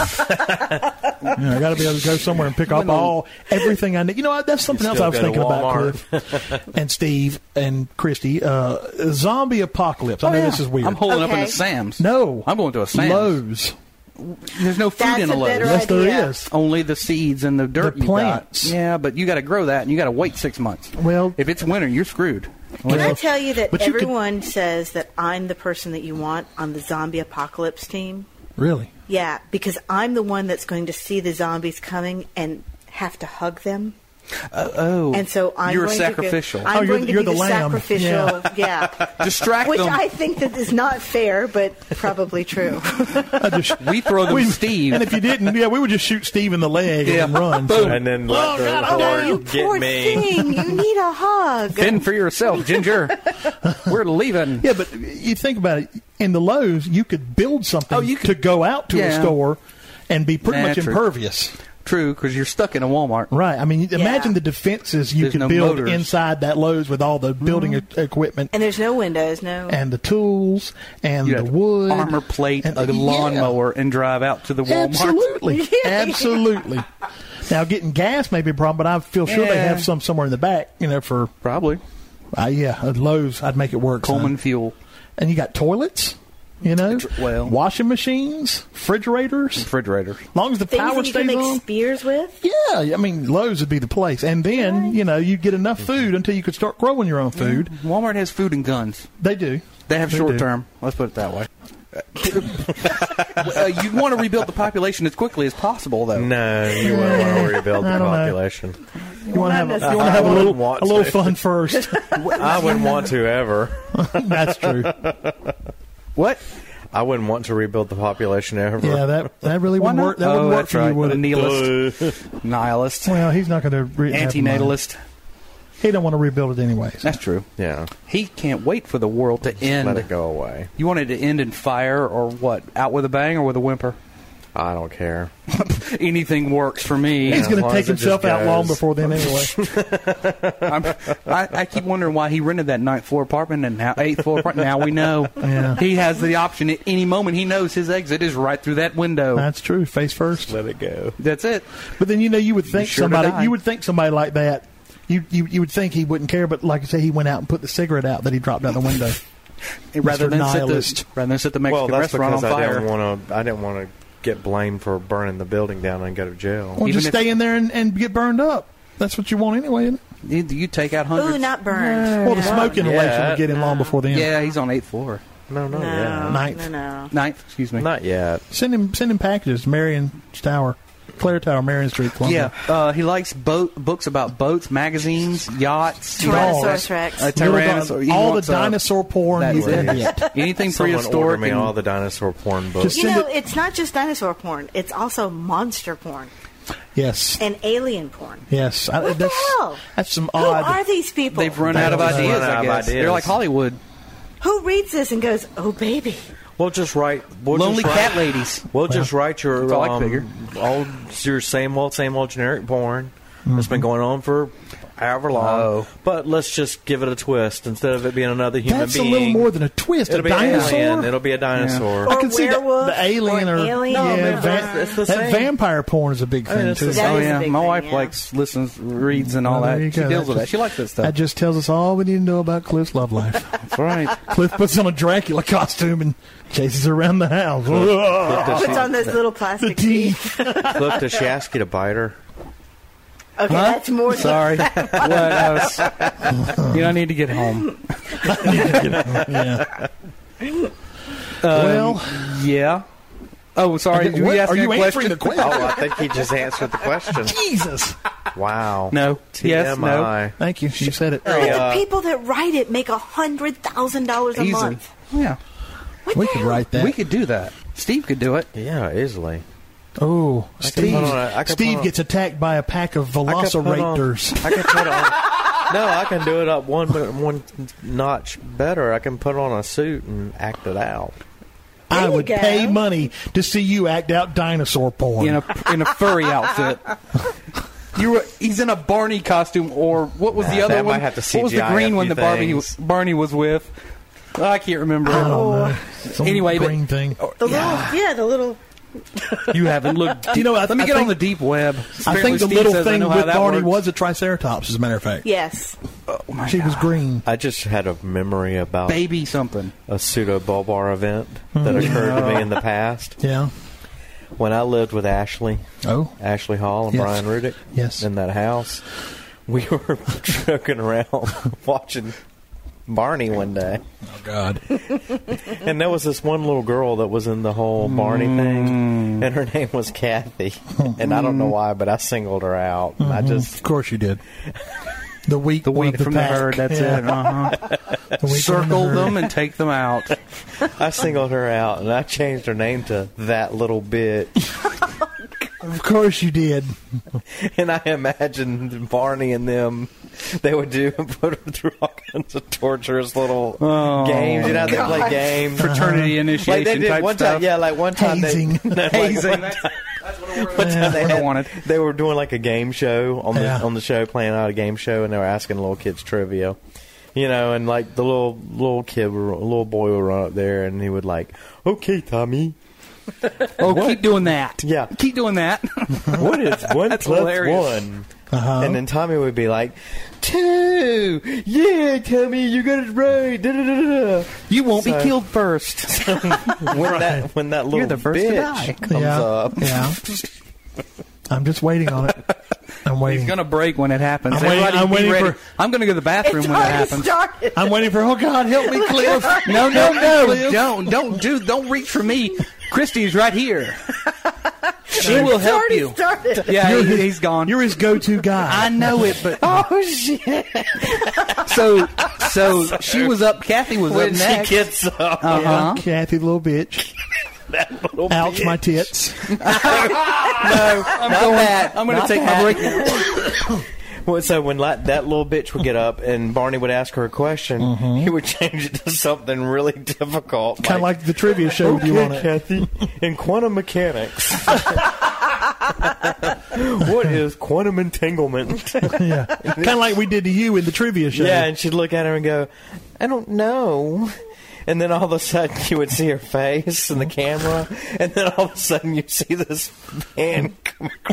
Speaker 4: *laughs*
Speaker 2: Yeah, I got to be able to go somewhere and pick up all everything I need. You know, what, that's something else I was
Speaker 3: still go to
Speaker 2: thinking about,
Speaker 3: Walmart.
Speaker 2: Cliff
Speaker 4: *laughs*
Speaker 2: and Steve and Christy. Uh, zombie apocalypse.
Speaker 4: Oh,
Speaker 2: I know
Speaker 1: yeah.
Speaker 2: this is weird.
Speaker 1: I'm holding up in
Speaker 4: Okay.
Speaker 1: a Sam's.
Speaker 2: Oh, no,
Speaker 1: I'm going to a Sam's.
Speaker 2: Lowe's.
Speaker 1: There's no food
Speaker 4: That's
Speaker 1: in a
Speaker 4: a
Speaker 1: Lowe's.
Speaker 4: better
Speaker 2: Yes, there
Speaker 4: idea.
Speaker 2: is.
Speaker 1: Only the seeds and the dirt
Speaker 2: The
Speaker 1: you
Speaker 2: plants.
Speaker 1: got. Yeah, but you got to grow that, and you got to wait six months.
Speaker 2: Well-
Speaker 1: if it's winter, you're screwed.
Speaker 4: Can I
Speaker 2: Well,
Speaker 4: tell you that
Speaker 2: but you could-
Speaker 4: everyone says that I'm the person that you want on the zombie apocalypse team?
Speaker 2: Really?
Speaker 4: Yeah, because I'm the one that's going to see the zombies coming and have to hug them.
Speaker 1: oh,
Speaker 4: And so I'm
Speaker 1: you're
Speaker 4: going
Speaker 1: sacrificial.
Speaker 4: To go, I'm
Speaker 2: Oh, you're-
Speaker 4: going to
Speaker 2: you're
Speaker 4: be
Speaker 2: the
Speaker 4: the,
Speaker 2: lamb.
Speaker 4: sacrificial. Yeah.
Speaker 2: *laughs*
Speaker 1: Distract
Speaker 4: Which
Speaker 1: them.
Speaker 4: I think that is not fair, but probably true.
Speaker 2: I just
Speaker 1: we throw them
Speaker 2: *laughs* we-
Speaker 1: Steve.
Speaker 2: And if you didn't, yeah, we would just shoot Steve in the leg
Speaker 1: Yeah.
Speaker 2: and run. So-
Speaker 3: and then let
Speaker 2: Oh,
Speaker 3: the
Speaker 2: God,
Speaker 3: horde
Speaker 2: oh,
Speaker 4: you
Speaker 3: get
Speaker 4: poor
Speaker 3: me.
Speaker 4: thing. You need a hug.
Speaker 1: Fend for yourself,
Speaker 2: *laughs*
Speaker 1: Ginger. We're leaving.
Speaker 2: Yeah, but you think about it. In the Lowe's, you could build something
Speaker 1: Oh, you
Speaker 2: to go out to a
Speaker 1: yeah.
Speaker 2: store and be pretty
Speaker 1: Nah,
Speaker 2: much
Speaker 1: true.
Speaker 2: impervious.
Speaker 1: True, because you're stuck in a Walmart.
Speaker 2: Right. I mean, imagine the defenses you
Speaker 1: There's
Speaker 2: can
Speaker 1: no
Speaker 2: build
Speaker 1: motors.
Speaker 2: inside that Lowe's with all the building e- equipment
Speaker 4: Mm-hmm. And there's no windows, no.
Speaker 2: and the tools and
Speaker 1: You
Speaker 2: the
Speaker 1: have
Speaker 2: wood,
Speaker 1: armor plate,
Speaker 2: and
Speaker 1: a
Speaker 2: yeah.
Speaker 1: lawnmower, and drive out to the Walmart.
Speaker 4: *laughs*
Speaker 2: Absolutely, absolutely. Now, getting gas may be a problem, but I feel sure they
Speaker 1: Yeah.
Speaker 2: have some somewhere in the back. You know, for
Speaker 1: Probably
Speaker 2: uh, yeah, at Lowe's, I'd make it work. son.
Speaker 1: Coleman Fuel
Speaker 2: and you got toilets. You know,
Speaker 1: Tr- well-
Speaker 2: washing machines, refrigerators.
Speaker 1: refrigerator.
Speaker 2: As long as the
Speaker 4: Things
Speaker 2: power
Speaker 4: that you can
Speaker 2: stays
Speaker 4: make
Speaker 2: on.
Speaker 4: spears with.
Speaker 2: Yeah, I mean Lowe's would be the place, and then you know you'd get enough food until you could start growing your own food.
Speaker 1: Walmart has food and guns.
Speaker 2: They do.
Speaker 1: They have
Speaker 2: do.
Speaker 1: short term. Let's put it that way. uh, you want to rebuild the population as quickly as possible, though.
Speaker 3: No, you wouldn't want to
Speaker 2: *laughs*
Speaker 3: rebuild
Speaker 2: I
Speaker 3: the
Speaker 2: don't know.
Speaker 3: population.
Speaker 2: You want to have, a-
Speaker 4: necessarily.
Speaker 2: you wanna have a
Speaker 3: I
Speaker 2: little,
Speaker 3: wouldn't want
Speaker 2: a little
Speaker 3: to.
Speaker 2: fun first.
Speaker 3: I wouldn't want to ever.
Speaker 2: That's true.
Speaker 1: What?
Speaker 3: I wouldn't want to rebuild the population ever.
Speaker 2: Yeah, that that really
Speaker 1: Why
Speaker 2: wouldn't
Speaker 1: not?
Speaker 2: work. That
Speaker 1: oh,
Speaker 2: wouldn't work
Speaker 1: that's
Speaker 2: for
Speaker 1: right.
Speaker 2: you, would
Speaker 1: a nihilist,
Speaker 2: it?
Speaker 1: nihilist,
Speaker 2: Well, he's not going to re- have mine.
Speaker 1: antinatalist.
Speaker 2: He don't want to rebuild it anyways.
Speaker 1: That's true.
Speaker 3: yeah.
Speaker 1: He can't wait for the world to end.
Speaker 3: Let it go away.
Speaker 1: You want it to end in fire or what? Out with a bang or with a whimper? *laughs*
Speaker 3: I don't care.
Speaker 1: Anything works for me.
Speaker 2: He's
Speaker 3: Yeah,
Speaker 2: going
Speaker 3: as
Speaker 2: to
Speaker 3: long
Speaker 2: take
Speaker 3: as it just
Speaker 2: himself out
Speaker 3: goes.
Speaker 2: long before then anyway.
Speaker 1: *laughs* I'm, I, I keep wondering why he rented that ninth floor apartment and now eighth floor apartment. Now we know
Speaker 2: *laughs* Yeah.
Speaker 1: he has the option at any moment. He knows his exit is right through that window.
Speaker 2: That's true. Face first.
Speaker 3: Let it go.
Speaker 1: That's it.
Speaker 2: But then you know you would think
Speaker 1: sure to die.
Speaker 2: somebody you would think somebody like that. You, you you would think he wouldn't care, but like I say, he went out and put the cigarette out that he dropped out the window.
Speaker 1: Rather
Speaker 2: Mr.
Speaker 1: than
Speaker 2: Nihilist.
Speaker 1: sit the rather than sit the
Speaker 3: Well,
Speaker 1: Mexican
Speaker 3: that's
Speaker 1: restaurant on
Speaker 3: because I
Speaker 1: fire.
Speaker 3: didn't want to. I didn't want to get blamed for burning the building down and go to jail.
Speaker 2: Well,
Speaker 1: Even
Speaker 2: just
Speaker 1: if-
Speaker 2: stay in there and, and get burned up. That's what you want anyway, isn't it?
Speaker 1: you, you take out hundreds.
Speaker 4: Ooh, not burned.
Speaker 2: Well, the smoke
Speaker 3: Yeah.
Speaker 2: inhalation would get him long before then.
Speaker 1: yeah, he's on eighth floor,
Speaker 3: No, no,
Speaker 4: No,
Speaker 3: yeah,
Speaker 2: Ninth.
Speaker 4: no, no.
Speaker 1: ninth. Excuse me.
Speaker 3: not yet.
Speaker 2: Send him send him packages. Marion Tower, Claire Tower, Marion Street,
Speaker 1: Yeah,
Speaker 2: Columbia.
Speaker 1: uh, he likes boat books about boats, magazines, yachts,
Speaker 4: Tyrannosaurus
Speaker 1: dogs.
Speaker 4: Rex.
Speaker 1: A
Speaker 2: Little di-
Speaker 1: tyrannosaur. he
Speaker 2: all the
Speaker 1: wants uh, a-
Speaker 2: dinosaur porn
Speaker 1: That's
Speaker 2: you can
Speaker 1: it.
Speaker 2: *laughs* get.
Speaker 1: Anything
Speaker 3: Someone order
Speaker 1: prehistoric.
Speaker 3: me
Speaker 1: and-
Speaker 3: all the dinosaur porn books.
Speaker 2: Just-
Speaker 4: You
Speaker 2: Send
Speaker 4: know,
Speaker 2: it-
Speaker 4: it's not just dinosaur porn. It's also monster porn
Speaker 2: Yes.
Speaker 4: and alien porn.
Speaker 2: Yes. I,
Speaker 4: What the
Speaker 2: that's,
Speaker 4: hell?
Speaker 2: That's some
Speaker 4: Who
Speaker 2: odd.
Speaker 4: are these people?
Speaker 1: They've run
Speaker 3: They
Speaker 1: out of
Speaker 3: always
Speaker 1: ideas.
Speaker 3: run out
Speaker 1: I
Speaker 3: of
Speaker 1: guess
Speaker 3: ideas.
Speaker 1: they're like Hollywood.
Speaker 4: Who reads this and goes, "Oh, baby"?
Speaker 3: we'll just write we'll
Speaker 1: Lonely
Speaker 3: just write,
Speaker 1: cat ladies.
Speaker 3: We'll just write your
Speaker 1: That's all I
Speaker 3: um,
Speaker 1: figure.
Speaker 3: old your same old same old generic porn. It's been going on for however long.
Speaker 1: Mm-hmm. Oh.
Speaker 3: But let's just give it a twist instead of it being another human
Speaker 2: That's
Speaker 3: being.
Speaker 2: a little more than a twist.
Speaker 3: it'll
Speaker 2: a
Speaker 3: be
Speaker 2: dinosaur.
Speaker 3: an alien. It'll be a dinosaur.
Speaker 1: Oh.
Speaker 2: I
Speaker 4: Or
Speaker 2: can see that
Speaker 4: werewolf,
Speaker 2: the alien
Speaker 4: or
Speaker 2: or,
Speaker 4: an alien.
Speaker 2: yeah,
Speaker 4: No, man,
Speaker 2: va-
Speaker 3: it's the
Speaker 2: that
Speaker 3: same.
Speaker 2: vampire porn is a big
Speaker 3: mean,
Speaker 2: thing
Speaker 3: it's
Speaker 2: too.
Speaker 3: the same.
Speaker 1: oh
Speaker 4: That is a
Speaker 1: yeah,
Speaker 4: big
Speaker 1: my
Speaker 4: thing,
Speaker 1: wife
Speaker 4: yeah.
Speaker 1: likes listens, reads, and all
Speaker 2: Well, there
Speaker 1: that.
Speaker 2: you
Speaker 1: She
Speaker 2: go.
Speaker 1: deals with that.
Speaker 2: just-
Speaker 1: She likes that stuff.
Speaker 2: That just tells us all we need to know about Cliff's love life.
Speaker 1: That's
Speaker 2: *laughs*
Speaker 1: right.
Speaker 2: Cliff puts on a Dracula costume and chases around the house. Ugh.
Speaker 3: Uh-huh.
Speaker 4: Puts on those little
Speaker 2: the
Speaker 4: plastic teeth.
Speaker 2: teeth.
Speaker 3: Cliff, does she ask you to bite her?
Speaker 4: Okay, that's more. than-
Speaker 1: Sorry. what else? You know, I need to get
Speaker 2: *laughs*
Speaker 1: home.
Speaker 2: yeah. well,
Speaker 1: Um, Yeah. Oh, sorry.
Speaker 2: Okay,
Speaker 1: you
Speaker 2: what?
Speaker 1: asked
Speaker 2: Are
Speaker 1: me a
Speaker 2: you answering
Speaker 1: question?
Speaker 2: the question?
Speaker 3: Oh, I think he just answered the question.
Speaker 2: Jesus.
Speaker 3: Wow.
Speaker 1: No. Yes. No.
Speaker 3: TMI.
Speaker 2: Thank you. You said it.
Speaker 4: But
Speaker 3: Uh,
Speaker 4: the people that write it make a hundred thousand dollars a
Speaker 1: Easily.
Speaker 4: month.
Speaker 1: Yeah.
Speaker 4: What
Speaker 2: We
Speaker 4: the
Speaker 2: could
Speaker 4: hell?
Speaker 2: write that.
Speaker 1: We could do that. Steve could do it.
Speaker 3: Yeah, easily.
Speaker 2: Oh,
Speaker 3: I could
Speaker 2: Steve!
Speaker 3: put on a- I could put
Speaker 2: Steve
Speaker 3: on-
Speaker 2: gets attacked by a pack of
Speaker 3: I could put on-
Speaker 2: velociraptors.
Speaker 3: I can put on. No, I can do it up one one notch better. I can put on a suit and act it out.
Speaker 2: I
Speaker 4: you
Speaker 2: would
Speaker 4: go.
Speaker 2: pay money to see you act out dinosaur porn.
Speaker 1: in a in a furry outfit. *laughs* You were, he's in a Barney costume, or what was the
Speaker 3: Nah,
Speaker 1: other
Speaker 3: that might
Speaker 1: one?
Speaker 3: have to
Speaker 1: what was the
Speaker 3: CGI a
Speaker 1: green one
Speaker 3: few
Speaker 1: that Barbie
Speaker 3: things.
Speaker 1: Barney was with? I can't remember.
Speaker 2: I don't know. Oh, uh, Some
Speaker 1: Anyway, but-
Speaker 2: green thing.
Speaker 4: The little, yeah, the little.
Speaker 1: You haven't looked.
Speaker 2: You know, I-
Speaker 1: let me
Speaker 2: I
Speaker 1: get
Speaker 2: think-
Speaker 1: on the deep web.
Speaker 2: I think the
Speaker 1: Apparently Steve
Speaker 2: little
Speaker 1: says I
Speaker 2: thing
Speaker 1: know how
Speaker 2: with
Speaker 1: that
Speaker 2: Barney
Speaker 1: works. Oh
Speaker 2: was a triceratops, as a matter of fact.
Speaker 4: Yes,
Speaker 2: she was green.
Speaker 3: I just had a memory about
Speaker 1: baby something.
Speaker 3: a pseudo bulbar event that
Speaker 1: Mm-hmm.
Speaker 3: occurred to me in the past
Speaker 2: Yeah.
Speaker 3: when I lived with Ashley,
Speaker 2: Oh.
Speaker 3: Ashley Hall, and
Speaker 2: Yes.
Speaker 3: Brian Rudick.
Speaker 2: Yes.
Speaker 3: in that house, we *laughs* were joking around watching Barney one day.
Speaker 2: Oh God.
Speaker 3: And there was this one little girl that was in the whole Barney
Speaker 1: Mm.
Speaker 3: thing, and her *laughs* name was Kathy. And I
Speaker 1: Mm.
Speaker 3: don't know why, but I singled her out. I
Speaker 1: Mm-hmm.
Speaker 3: just
Speaker 2: of course you did. The weak,
Speaker 1: The
Speaker 2: one
Speaker 1: weak
Speaker 2: of the
Speaker 1: from
Speaker 2: pack.
Speaker 1: the herd. That's
Speaker 2: Yeah.
Speaker 1: it. Uh-huh.
Speaker 2: The weak
Speaker 1: *laughs*
Speaker 2: one of
Speaker 1: Circle
Speaker 2: the herd.
Speaker 1: them and take them out.
Speaker 3: I singled her out, and I changed her name to that little bitch. *laughs*
Speaker 2: Of course you did.
Speaker 3: And I imagined Barney and them, they would do *laughs* put her through all kinds of torturous little
Speaker 1: Oh.
Speaker 3: games. You know, how they play
Speaker 4: God.
Speaker 3: games.
Speaker 1: Fraternity
Speaker 3: Like
Speaker 1: initiation
Speaker 3: they did
Speaker 1: type
Speaker 3: one
Speaker 1: stuff.
Speaker 3: time, yeah. Like one time,
Speaker 2: Hazing.
Speaker 3: *laughs* They, no, like
Speaker 1: Hazing.
Speaker 3: one
Speaker 1: That's,
Speaker 3: time-
Speaker 1: that's
Speaker 3: One time they,
Speaker 1: What I
Speaker 3: had-
Speaker 1: wanted.
Speaker 3: they were doing like a game show on the
Speaker 2: Yeah.
Speaker 3: on the show, playing out a game show, and they were asking little kids trivia, you know, and like the little little kid, would- little boy would run up there, and he would like, "Okay, Tommy,
Speaker 1: Oh, keep doing that.
Speaker 3: Yeah.
Speaker 1: Keep doing that. *laughs*
Speaker 3: what is one
Speaker 1: That's
Speaker 3: plus
Speaker 1: hilarious.
Speaker 3: one?"
Speaker 2: Uh-huh.
Speaker 3: And then Tommy would be like, two, yeah, Tommy, you got it right. Da, da, da, da.
Speaker 1: you won't
Speaker 3: So-
Speaker 1: be killed first.
Speaker 3: When that when that little
Speaker 1: You're the first to
Speaker 3: bitch
Speaker 1: die.
Speaker 3: comes
Speaker 2: yeah.
Speaker 3: up,
Speaker 2: Yeah. I'm just waiting on
Speaker 3: *laughs*
Speaker 2: it. I'm waiting.
Speaker 1: It's going to break when it happens.
Speaker 2: I'm waiting-
Speaker 1: Everybody
Speaker 2: I'm
Speaker 1: be
Speaker 2: waiting
Speaker 1: ready.
Speaker 2: for-
Speaker 1: I'm going to go to the bathroom
Speaker 4: It's
Speaker 1: when it
Speaker 4: already
Speaker 1: happens.
Speaker 4: started.
Speaker 2: I'm waiting for. Oh God, help me, Cliff!
Speaker 1: No, no, no. Don't, don't do, don't reach for me. Christy's right here. She will
Speaker 4: It's
Speaker 1: help
Speaker 4: already
Speaker 1: you.
Speaker 4: started.
Speaker 1: Yeah, he, he's gone.
Speaker 2: You're his go-to
Speaker 1: *laughs*
Speaker 2: guy.
Speaker 1: I know it, but
Speaker 3: oh shit!
Speaker 1: so, so she was up. Kathy was
Speaker 3: When
Speaker 1: up
Speaker 3: she
Speaker 1: next.
Speaker 3: gets up,
Speaker 1: uh-huh.
Speaker 2: Kathy, little bitch.
Speaker 3: little
Speaker 2: Ouch,
Speaker 3: bitch.
Speaker 2: my tits.
Speaker 1: I'm going. I'm going to take my break.
Speaker 3: Well, so when like, that little bitch would get up and Barney would ask her a question,
Speaker 2: Mm-hmm.
Speaker 3: he would change it to something really difficult,
Speaker 2: Kind of like the trivia show with you on
Speaker 3: "Okay,
Speaker 2: it.
Speaker 3: Kathy, in quantum mechanics, *laughs* what is
Speaker 2: *laughs*
Speaker 3: quantum entanglement?
Speaker 2: Yeah. kind of like we did to you in the trivia show.
Speaker 3: Yeah, and she'd look at her and go, I don't know. And then all of a sudden you would see her face in the camera, and then all of a sudden you see this man come *laughs*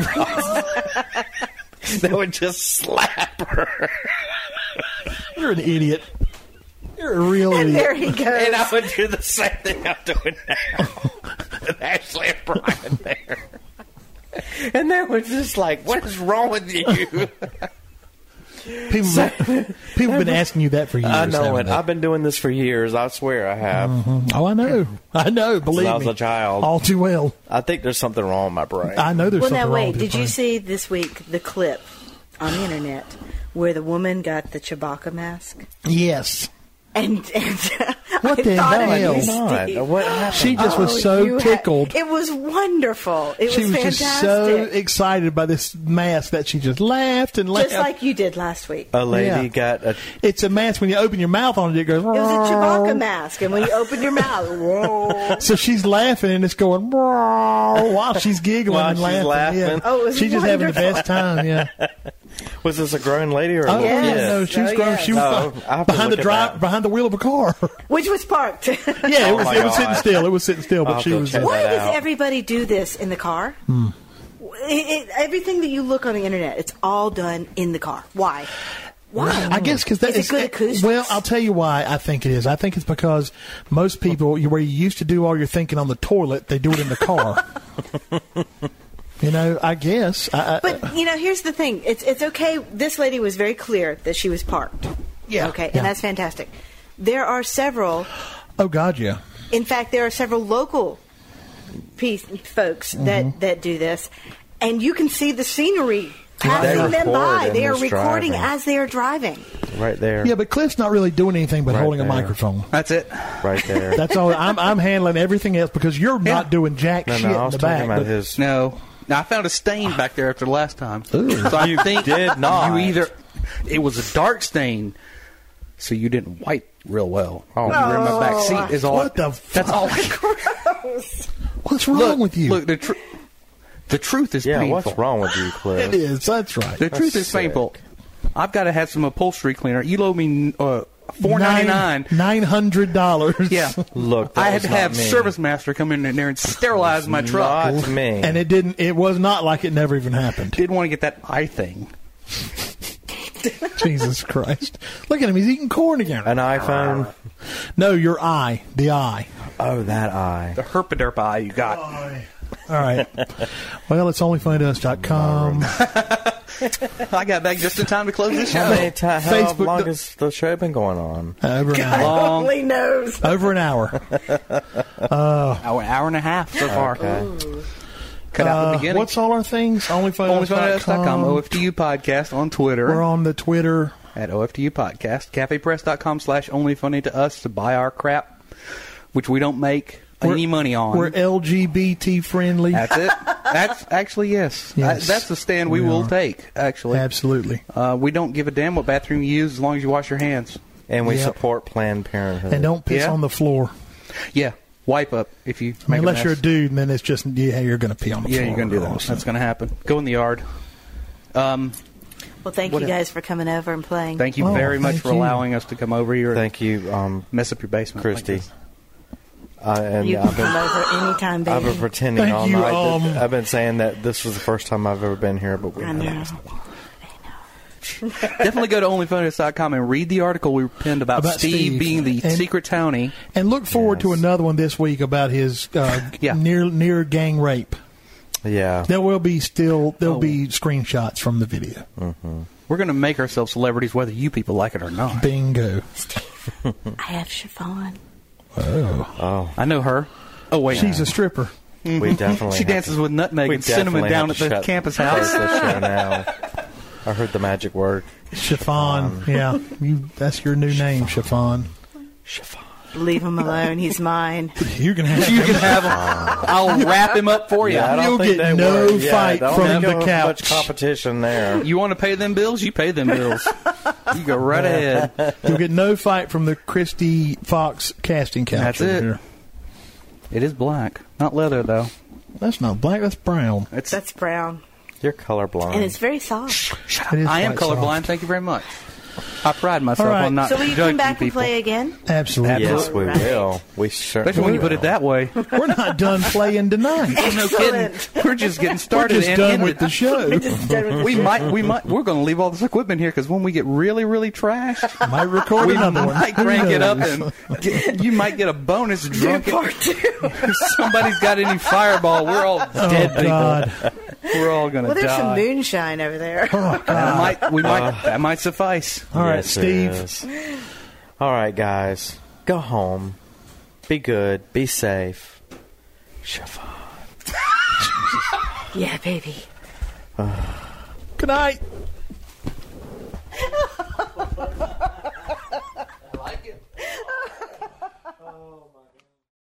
Speaker 3: across that would just slap her.
Speaker 2: You're an idiot. You're a real
Speaker 4: And
Speaker 2: idiot.
Speaker 4: there he goes.
Speaker 3: And I would do the same thing I'm doing now *laughs* with Ashley and Brian there. And they were just like, what is wrong with you?
Speaker 2: People, people have been asking you that for years.
Speaker 3: *laughs* I know
Speaker 2: haven't
Speaker 3: it.
Speaker 2: they?
Speaker 3: I've been doing this for years. I swear I have.
Speaker 2: Oh, I know. *laughs* I know. Believe
Speaker 3: I was
Speaker 2: me.
Speaker 3: a child.
Speaker 2: All too well.
Speaker 3: I think there's something wrong with my brain.
Speaker 2: I know there's
Speaker 4: Well,
Speaker 2: something
Speaker 4: now
Speaker 2: wrong
Speaker 4: wait.
Speaker 2: with
Speaker 4: Did
Speaker 2: your
Speaker 4: you
Speaker 2: brain.
Speaker 4: see this week the clip on the internet where the woman got the Chewbacca mask?
Speaker 2: Yes.
Speaker 4: And, and *laughs*
Speaker 2: What
Speaker 4: I
Speaker 2: the
Speaker 4: thought of
Speaker 2: hell?
Speaker 4: you,
Speaker 2: Why
Speaker 3: not?
Speaker 4: Steve.
Speaker 3: What happened?
Speaker 4: *laughs*
Speaker 2: She just
Speaker 4: Oh,
Speaker 2: was so
Speaker 4: you ha-
Speaker 2: tickled.
Speaker 4: it was wonderful. It was,
Speaker 2: she was
Speaker 4: fantastic.
Speaker 2: just so excited by this mask that she just laughed and laughed.
Speaker 4: Just like you did last week.
Speaker 3: a lady
Speaker 2: Yeah.
Speaker 3: got a
Speaker 2: it's a mask when you open your mouth on it, it goes.
Speaker 4: It was a
Speaker 2: Oh.
Speaker 4: Chewbacca mask, and when you open your mouth, *laughs* whoa.
Speaker 2: *laughs* So she's laughing and it's going while she's giggling
Speaker 3: While
Speaker 2: and
Speaker 3: she's
Speaker 2: laughing.
Speaker 3: laughing.
Speaker 2: Yeah.
Speaker 4: Oh, it was
Speaker 2: she's just having the
Speaker 4: wonderful.
Speaker 2: best time.
Speaker 3: *laughs*
Speaker 2: Yeah.
Speaker 3: was this a grown lady or a
Speaker 2: Oh
Speaker 3: little
Speaker 4: Yes.
Speaker 2: yeah, no,
Speaker 3: kid?
Speaker 2: she was
Speaker 4: Oh,
Speaker 2: grown.
Speaker 4: yes.
Speaker 2: She was
Speaker 3: Oh,
Speaker 2: be-
Speaker 3: I have to
Speaker 2: behind the
Speaker 3: look at
Speaker 2: drive,
Speaker 3: that.
Speaker 2: behind the wheel of a
Speaker 3: *laughs*
Speaker 2: car.
Speaker 4: Which was parked. Why
Speaker 2: yeah, it
Speaker 3: Oh,
Speaker 2: was.
Speaker 3: my
Speaker 2: It was sitting
Speaker 3: God.
Speaker 2: still. It was sitting still,
Speaker 3: I'll
Speaker 2: but she
Speaker 3: have to
Speaker 2: was.
Speaker 3: check that
Speaker 4: does
Speaker 3: out.
Speaker 4: everybody do this in the car?
Speaker 2: Hmm.
Speaker 4: It- it- everything that you look on the internet, it's all done in the car. Why? Why?
Speaker 3: Hmm.
Speaker 2: I guess because that
Speaker 4: Is it
Speaker 2: is
Speaker 4: good acoustics?
Speaker 2: Well, I'll tell you why I think it is. I think it's because most people, you- where you used to do all your thinking on the toilet, they do it in the
Speaker 3: *laughs*
Speaker 2: car. you know, I guess. I, I,
Speaker 4: But you know, here's the thing. It's it's okay. This lady was very clear that she was parked.
Speaker 2: Yeah.
Speaker 4: Okay,
Speaker 2: Yeah.
Speaker 4: and that's fantastic. There are several.
Speaker 2: oh God, yeah.
Speaker 4: In fact, there are several local piece, folks that that do this, and you can see the scenery passing them
Speaker 3: record
Speaker 4: by.
Speaker 3: in
Speaker 4: They are
Speaker 3: this
Speaker 4: recording
Speaker 3: driving.
Speaker 4: as they are driving.
Speaker 3: right there.
Speaker 2: Yeah, but Cliff's not really doing anything but
Speaker 3: Right
Speaker 2: holding a
Speaker 3: there.
Speaker 2: microphone.
Speaker 1: That's it.
Speaker 3: right there.
Speaker 2: That's all. I'm, I'm handling everything else because you're not doing jack
Speaker 3: no,
Speaker 2: shit
Speaker 3: no, I
Speaker 2: in
Speaker 3: was
Speaker 2: the
Speaker 3: talking
Speaker 2: back.
Speaker 3: about
Speaker 2: but-
Speaker 3: his.
Speaker 1: No. Now I found a stain back there after last time.
Speaker 2: Ooh.
Speaker 1: So I think
Speaker 3: did not.
Speaker 1: You either it was a dark stain, so you didn't wipe real well.
Speaker 3: Oh.
Speaker 1: You were in my back seat is all.
Speaker 2: What the
Speaker 1: That's all.
Speaker 2: What's wrong
Speaker 1: look
Speaker 2: with you?
Speaker 1: Look, the, tr- the truth is
Speaker 3: Yeah,
Speaker 1: painful.
Speaker 3: what's wrong with you,
Speaker 2: it
Speaker 3: Cliff?
Speaker 2: is. That's right.
Speaker 1: The truth is
Speaker 3: sick.
Speaker 1: painful. I've got to have some upholstery cleaner. You owe me uh, four ninety nine.
Speaker 2: Nine hundred dollars.
Speaker 1: Yeah,
Speaker 3: Look, that
Speaker 1: I had
Speaker 3: was
Speaker 1: to
Speaker 3: not
Speaker 1: have
Speaker 3: me.
Speaker 1: Service Master come in there and sterilize my truck.
Speaker 3: Not me.
Speaker 2: *laughs* And it didn't. It was not like it never even happened.
Speaker 1: Didn't want to get that eye thing.
Speaker 2: *laughs* Jesus Christ! Look at him. He's eating corn again.
Speaker 3: An iPhone.
Speaker 2: No, your eye. The eye.
Speaker 3: Oh, that eye.
Speaker 1: The herpaderp eye you got.
Speaker 2: All right. well, it's onlyfunnytous.com.
Speaker 1: I got back just in time to close this
Speaker 3: How
Speaker 1: show.
Speaker 3: many ti- uh, How
Speaker 2: Facebook
Speaker 3: long
Speaker 2: do-
Speaker 3: has the show been going on?
Speaker 2: Over an
Speaker 4: *laughs*
Speaker 2: hour.
Speaker 1: Long,
Speaker 4: Only knows.
Speaker 2: Over an hour.
Speaker 1: hour, hour and a half so far. Cut out the
Speaker 2: Uh,
Speaker 1: beginning.
Speaker 2: what's all our things?
Speaker 1: OnlyFunhouse.com,
Speaker 2: Onlyfunnytoast.com.
Speaker 1: OFTU Podcast on Twitter.
Speaker 2: We're on the Twitter.
Speaker 1: at OFTU Podcast, cafepress.com slash only funny to us to buy our crap, which we don't make
Speaker 2: We're-
Speaker 1: any money on.
Speaker 2: We're LGBT
Speaker 1: *laughs*
Speaker 2: friendly.
Speaker 1: that's it. That's actually yes.
Speaker 2: Yes.
Speaker 1: I- that's the stand we,
Speaker 2: We
Speaker 1: will
Speaker 2: are.
Speaker 1: take. Actually,
Speaker 2: Absolutely.
Speaker 1: Uh, we don't give a damn what bathroom you use as long as you wash your hands.
Speaker 3: And we
Speaker 2: Yep.
Speaker 3: support Planned Parenthood.
Speaker 2: And don't piss
Speaker 1: Yeah.
Speaker 2: on the floor.
Speaker 1: Yeah, Wipe up if you
Speaker 2: I mean,
Speaker 1: make
Speaker 2: unless
Speaker 1: a
Speaker 2: you're a
Speaker 1: mess.
Speaker 2: dude, and then it's just yeah, you're going to pee on the
Speaker 1: yeah,
Speaker 2: floor.
Speaker 1: you're gonna do that.
Speaker 2: Also.
Speaker 1: That's gonna happen. Go in the yard. Um,
Speaker 4: Well, thank
Speaker 1: What
Speaker 4: you
Speaker 1: a-
Speaker 4: guys for coming over and playing.
Speaker 1: thank you
Speaker 2: Oh,
Speaker 1: very much
Speaker 2: thank
Speaker 1: for
Speaker 2: you.
Speaker 1: allowing us to come over here. and
Speaker 3: Thank you, um,
Speaker 1: Mess up your basement, like
Speaker 3: Christy.
Speaker 1: this.
Speaker 3: I, and
Speaker 4: You
Speaker 3: I've
Speaker 4: can come
Speaker 3: been,
Speaker 4: over anytime,
Speaker 3: I've
Speaker 4: baby.
Speaker 3: been pretending
Speaker 2: Thank
Speaker 3: all
Speaker 2: you,
Speaker 3: night. that-
Speaker 2: um,
Speaker 3: I've been saying that this was the first time I've ever been here, but we
Speaker 4: I know.
Speaker 3: yeah.
Speaker 1: Definitely go to OnlyFounders.com and read the article we pinned about,
Speaker 2: About
Speaker 1: Steve,
Speaker 2: Steve.
Speaker 1: being the
Speaker 2: And-
Speaker 1: secret townie.
Speaker 2: And look forward to
Speaker 3: Yes.
Speaker 2: another one this week about his uh,
Speaker 1: *laughs* Yeah.
Speaker 2: near near gang rape.
Speaker 3: yeah.
Speaker 2: There will be still there'll
Speaker 1: Oh.
Speaker 2: be screenshots from the video.
Speaker 1: We're going to make ourselves celebrities whether you people like it or not.
Speaker 2: Bingo.
Speaker 4: I have chiffon.
Speaker 2: Oh,
Speaker 3: Oh,
Speaker 1: I know her. Oh, wait.
Speaker 2: she's a stripper.
Speaker 3: we definitely.
Speaker 1: She
Speaker 3: have
Speaker 1: dances
Speaker 3: to,
Speaker 1: with nutmeg
Speaker 3: we
Speaker 1: and cinnamon
Speaker 3: definitely
Speaker 1: down at
Speaker 3: have
Speaker 1: the
Speaker 3: to shut-
Speaker 1: campus
Speaker 3: close
Speaker 1: house.
Speaker 3: the show now. I heard the magic word.
Speaker 2: Chiffon. yeah, you. That's your new name, Chiffon.
Speaker 4: Leave him alone. He's mine.
Speaker 2: You're gonna have.
Speaker 1: You can
Speaker 3: *laughs*
Speaker 1: have him. I'll wrap him up for you.
Speaker 3: Yeah, I don't
Speaker 2: You'll
Speaker 3: think
Speaker 2: get
Speaker 3: they
Speaker 2: no
Speaker 3: were. Yeah,
Speaker 2: fight
Speaker 3: I don't
Speaker 2: from
Speaker 3: think
Speaker 2: the
Speaker 3: there was
Speaker 2: couch.
Speaker 3: Much competition there.
Speaker 1: you want to pay them bills? You pay them bills. you go right ahead.
Speaker 2: You'll get no fight from the Christy Fox casting couch.
Speaker 1: That's
Speaker 2: over
Speaker 1: it.
Speaker 2: here.
Speaker 1: It is black, not leather though.
Speaker 2: That's not black. That's brown.
Speaker 1: It's
Speaker 4: That's brown,
Speaker 3: You're colorblind.
Speaker 4: and it's very soft.
Speaker 2: It is
Speaker 1: I am
Speaker 2: quite
Speaker 1: colorblind.
Speaker 2: soft.
Speaker 1: Thank you very much. I pride myself
Speaker 2: All right.
Speaker 1: on not
Speaker 4: So will you
Speaker 1: judging
Speaker 4: come back and
Speaker 1: Uh, people.
Speaker 4: play again?
Speaker 2: Absolutely.
Speaker 3: yes, we
Speaker 4: Alright.
Speaker 3: will. We certainly.
Speaker 1: Especially when you put it
Speaker 3: will.
Speaker 1: that
Speaker 4: *laughs*
Speaker 1: way.
Speaker 2: We're not
Speaker 1: *laughs*
Speaker 2: done playing tonight.
Speaker 1: No kidding. We're just getting
Speaker 2: We're
Speaker 1: started
Speaker 2: just
Speaker 1: and
Speaker 2: done
Speaker 1: ended.
Speaker 2: with the show.
Speaker 1: *laughs* we might, we might, we're going to leave all this equipment here because when we get really, really
Speaker 4: *laughs*
Speaker 1: trashed,
Speaker 2: Might record
Speaker 1: we
Speaker 2: another one.
Speaker 1: might
Speaker 2: Who
Speaker 1: crank it up
Speaker 2: knows?
Speaker 1: and get, you might get a bonus drunk.
Speaker 4: Part two.
Speaker 1: If *laughs* somebody's got any fireball, we're all dead
Speaker 2: Oh, God.
Speaker 1: people. We're all going to
Speaker 4: Well, there's
Speaker 1: die.
Speaker 4: some moonshine over there.
Speaker 1: that might, we might, that might suffice.
Speaker 2: All right,
Speaker 3: Yes, it
Speaker 2: Steve.
Speaker 3: is. All right, guys. Go home. Be good. Be safe. Chiffon.
Speaker 4: yeah, baby.
Speaker 2: Good night.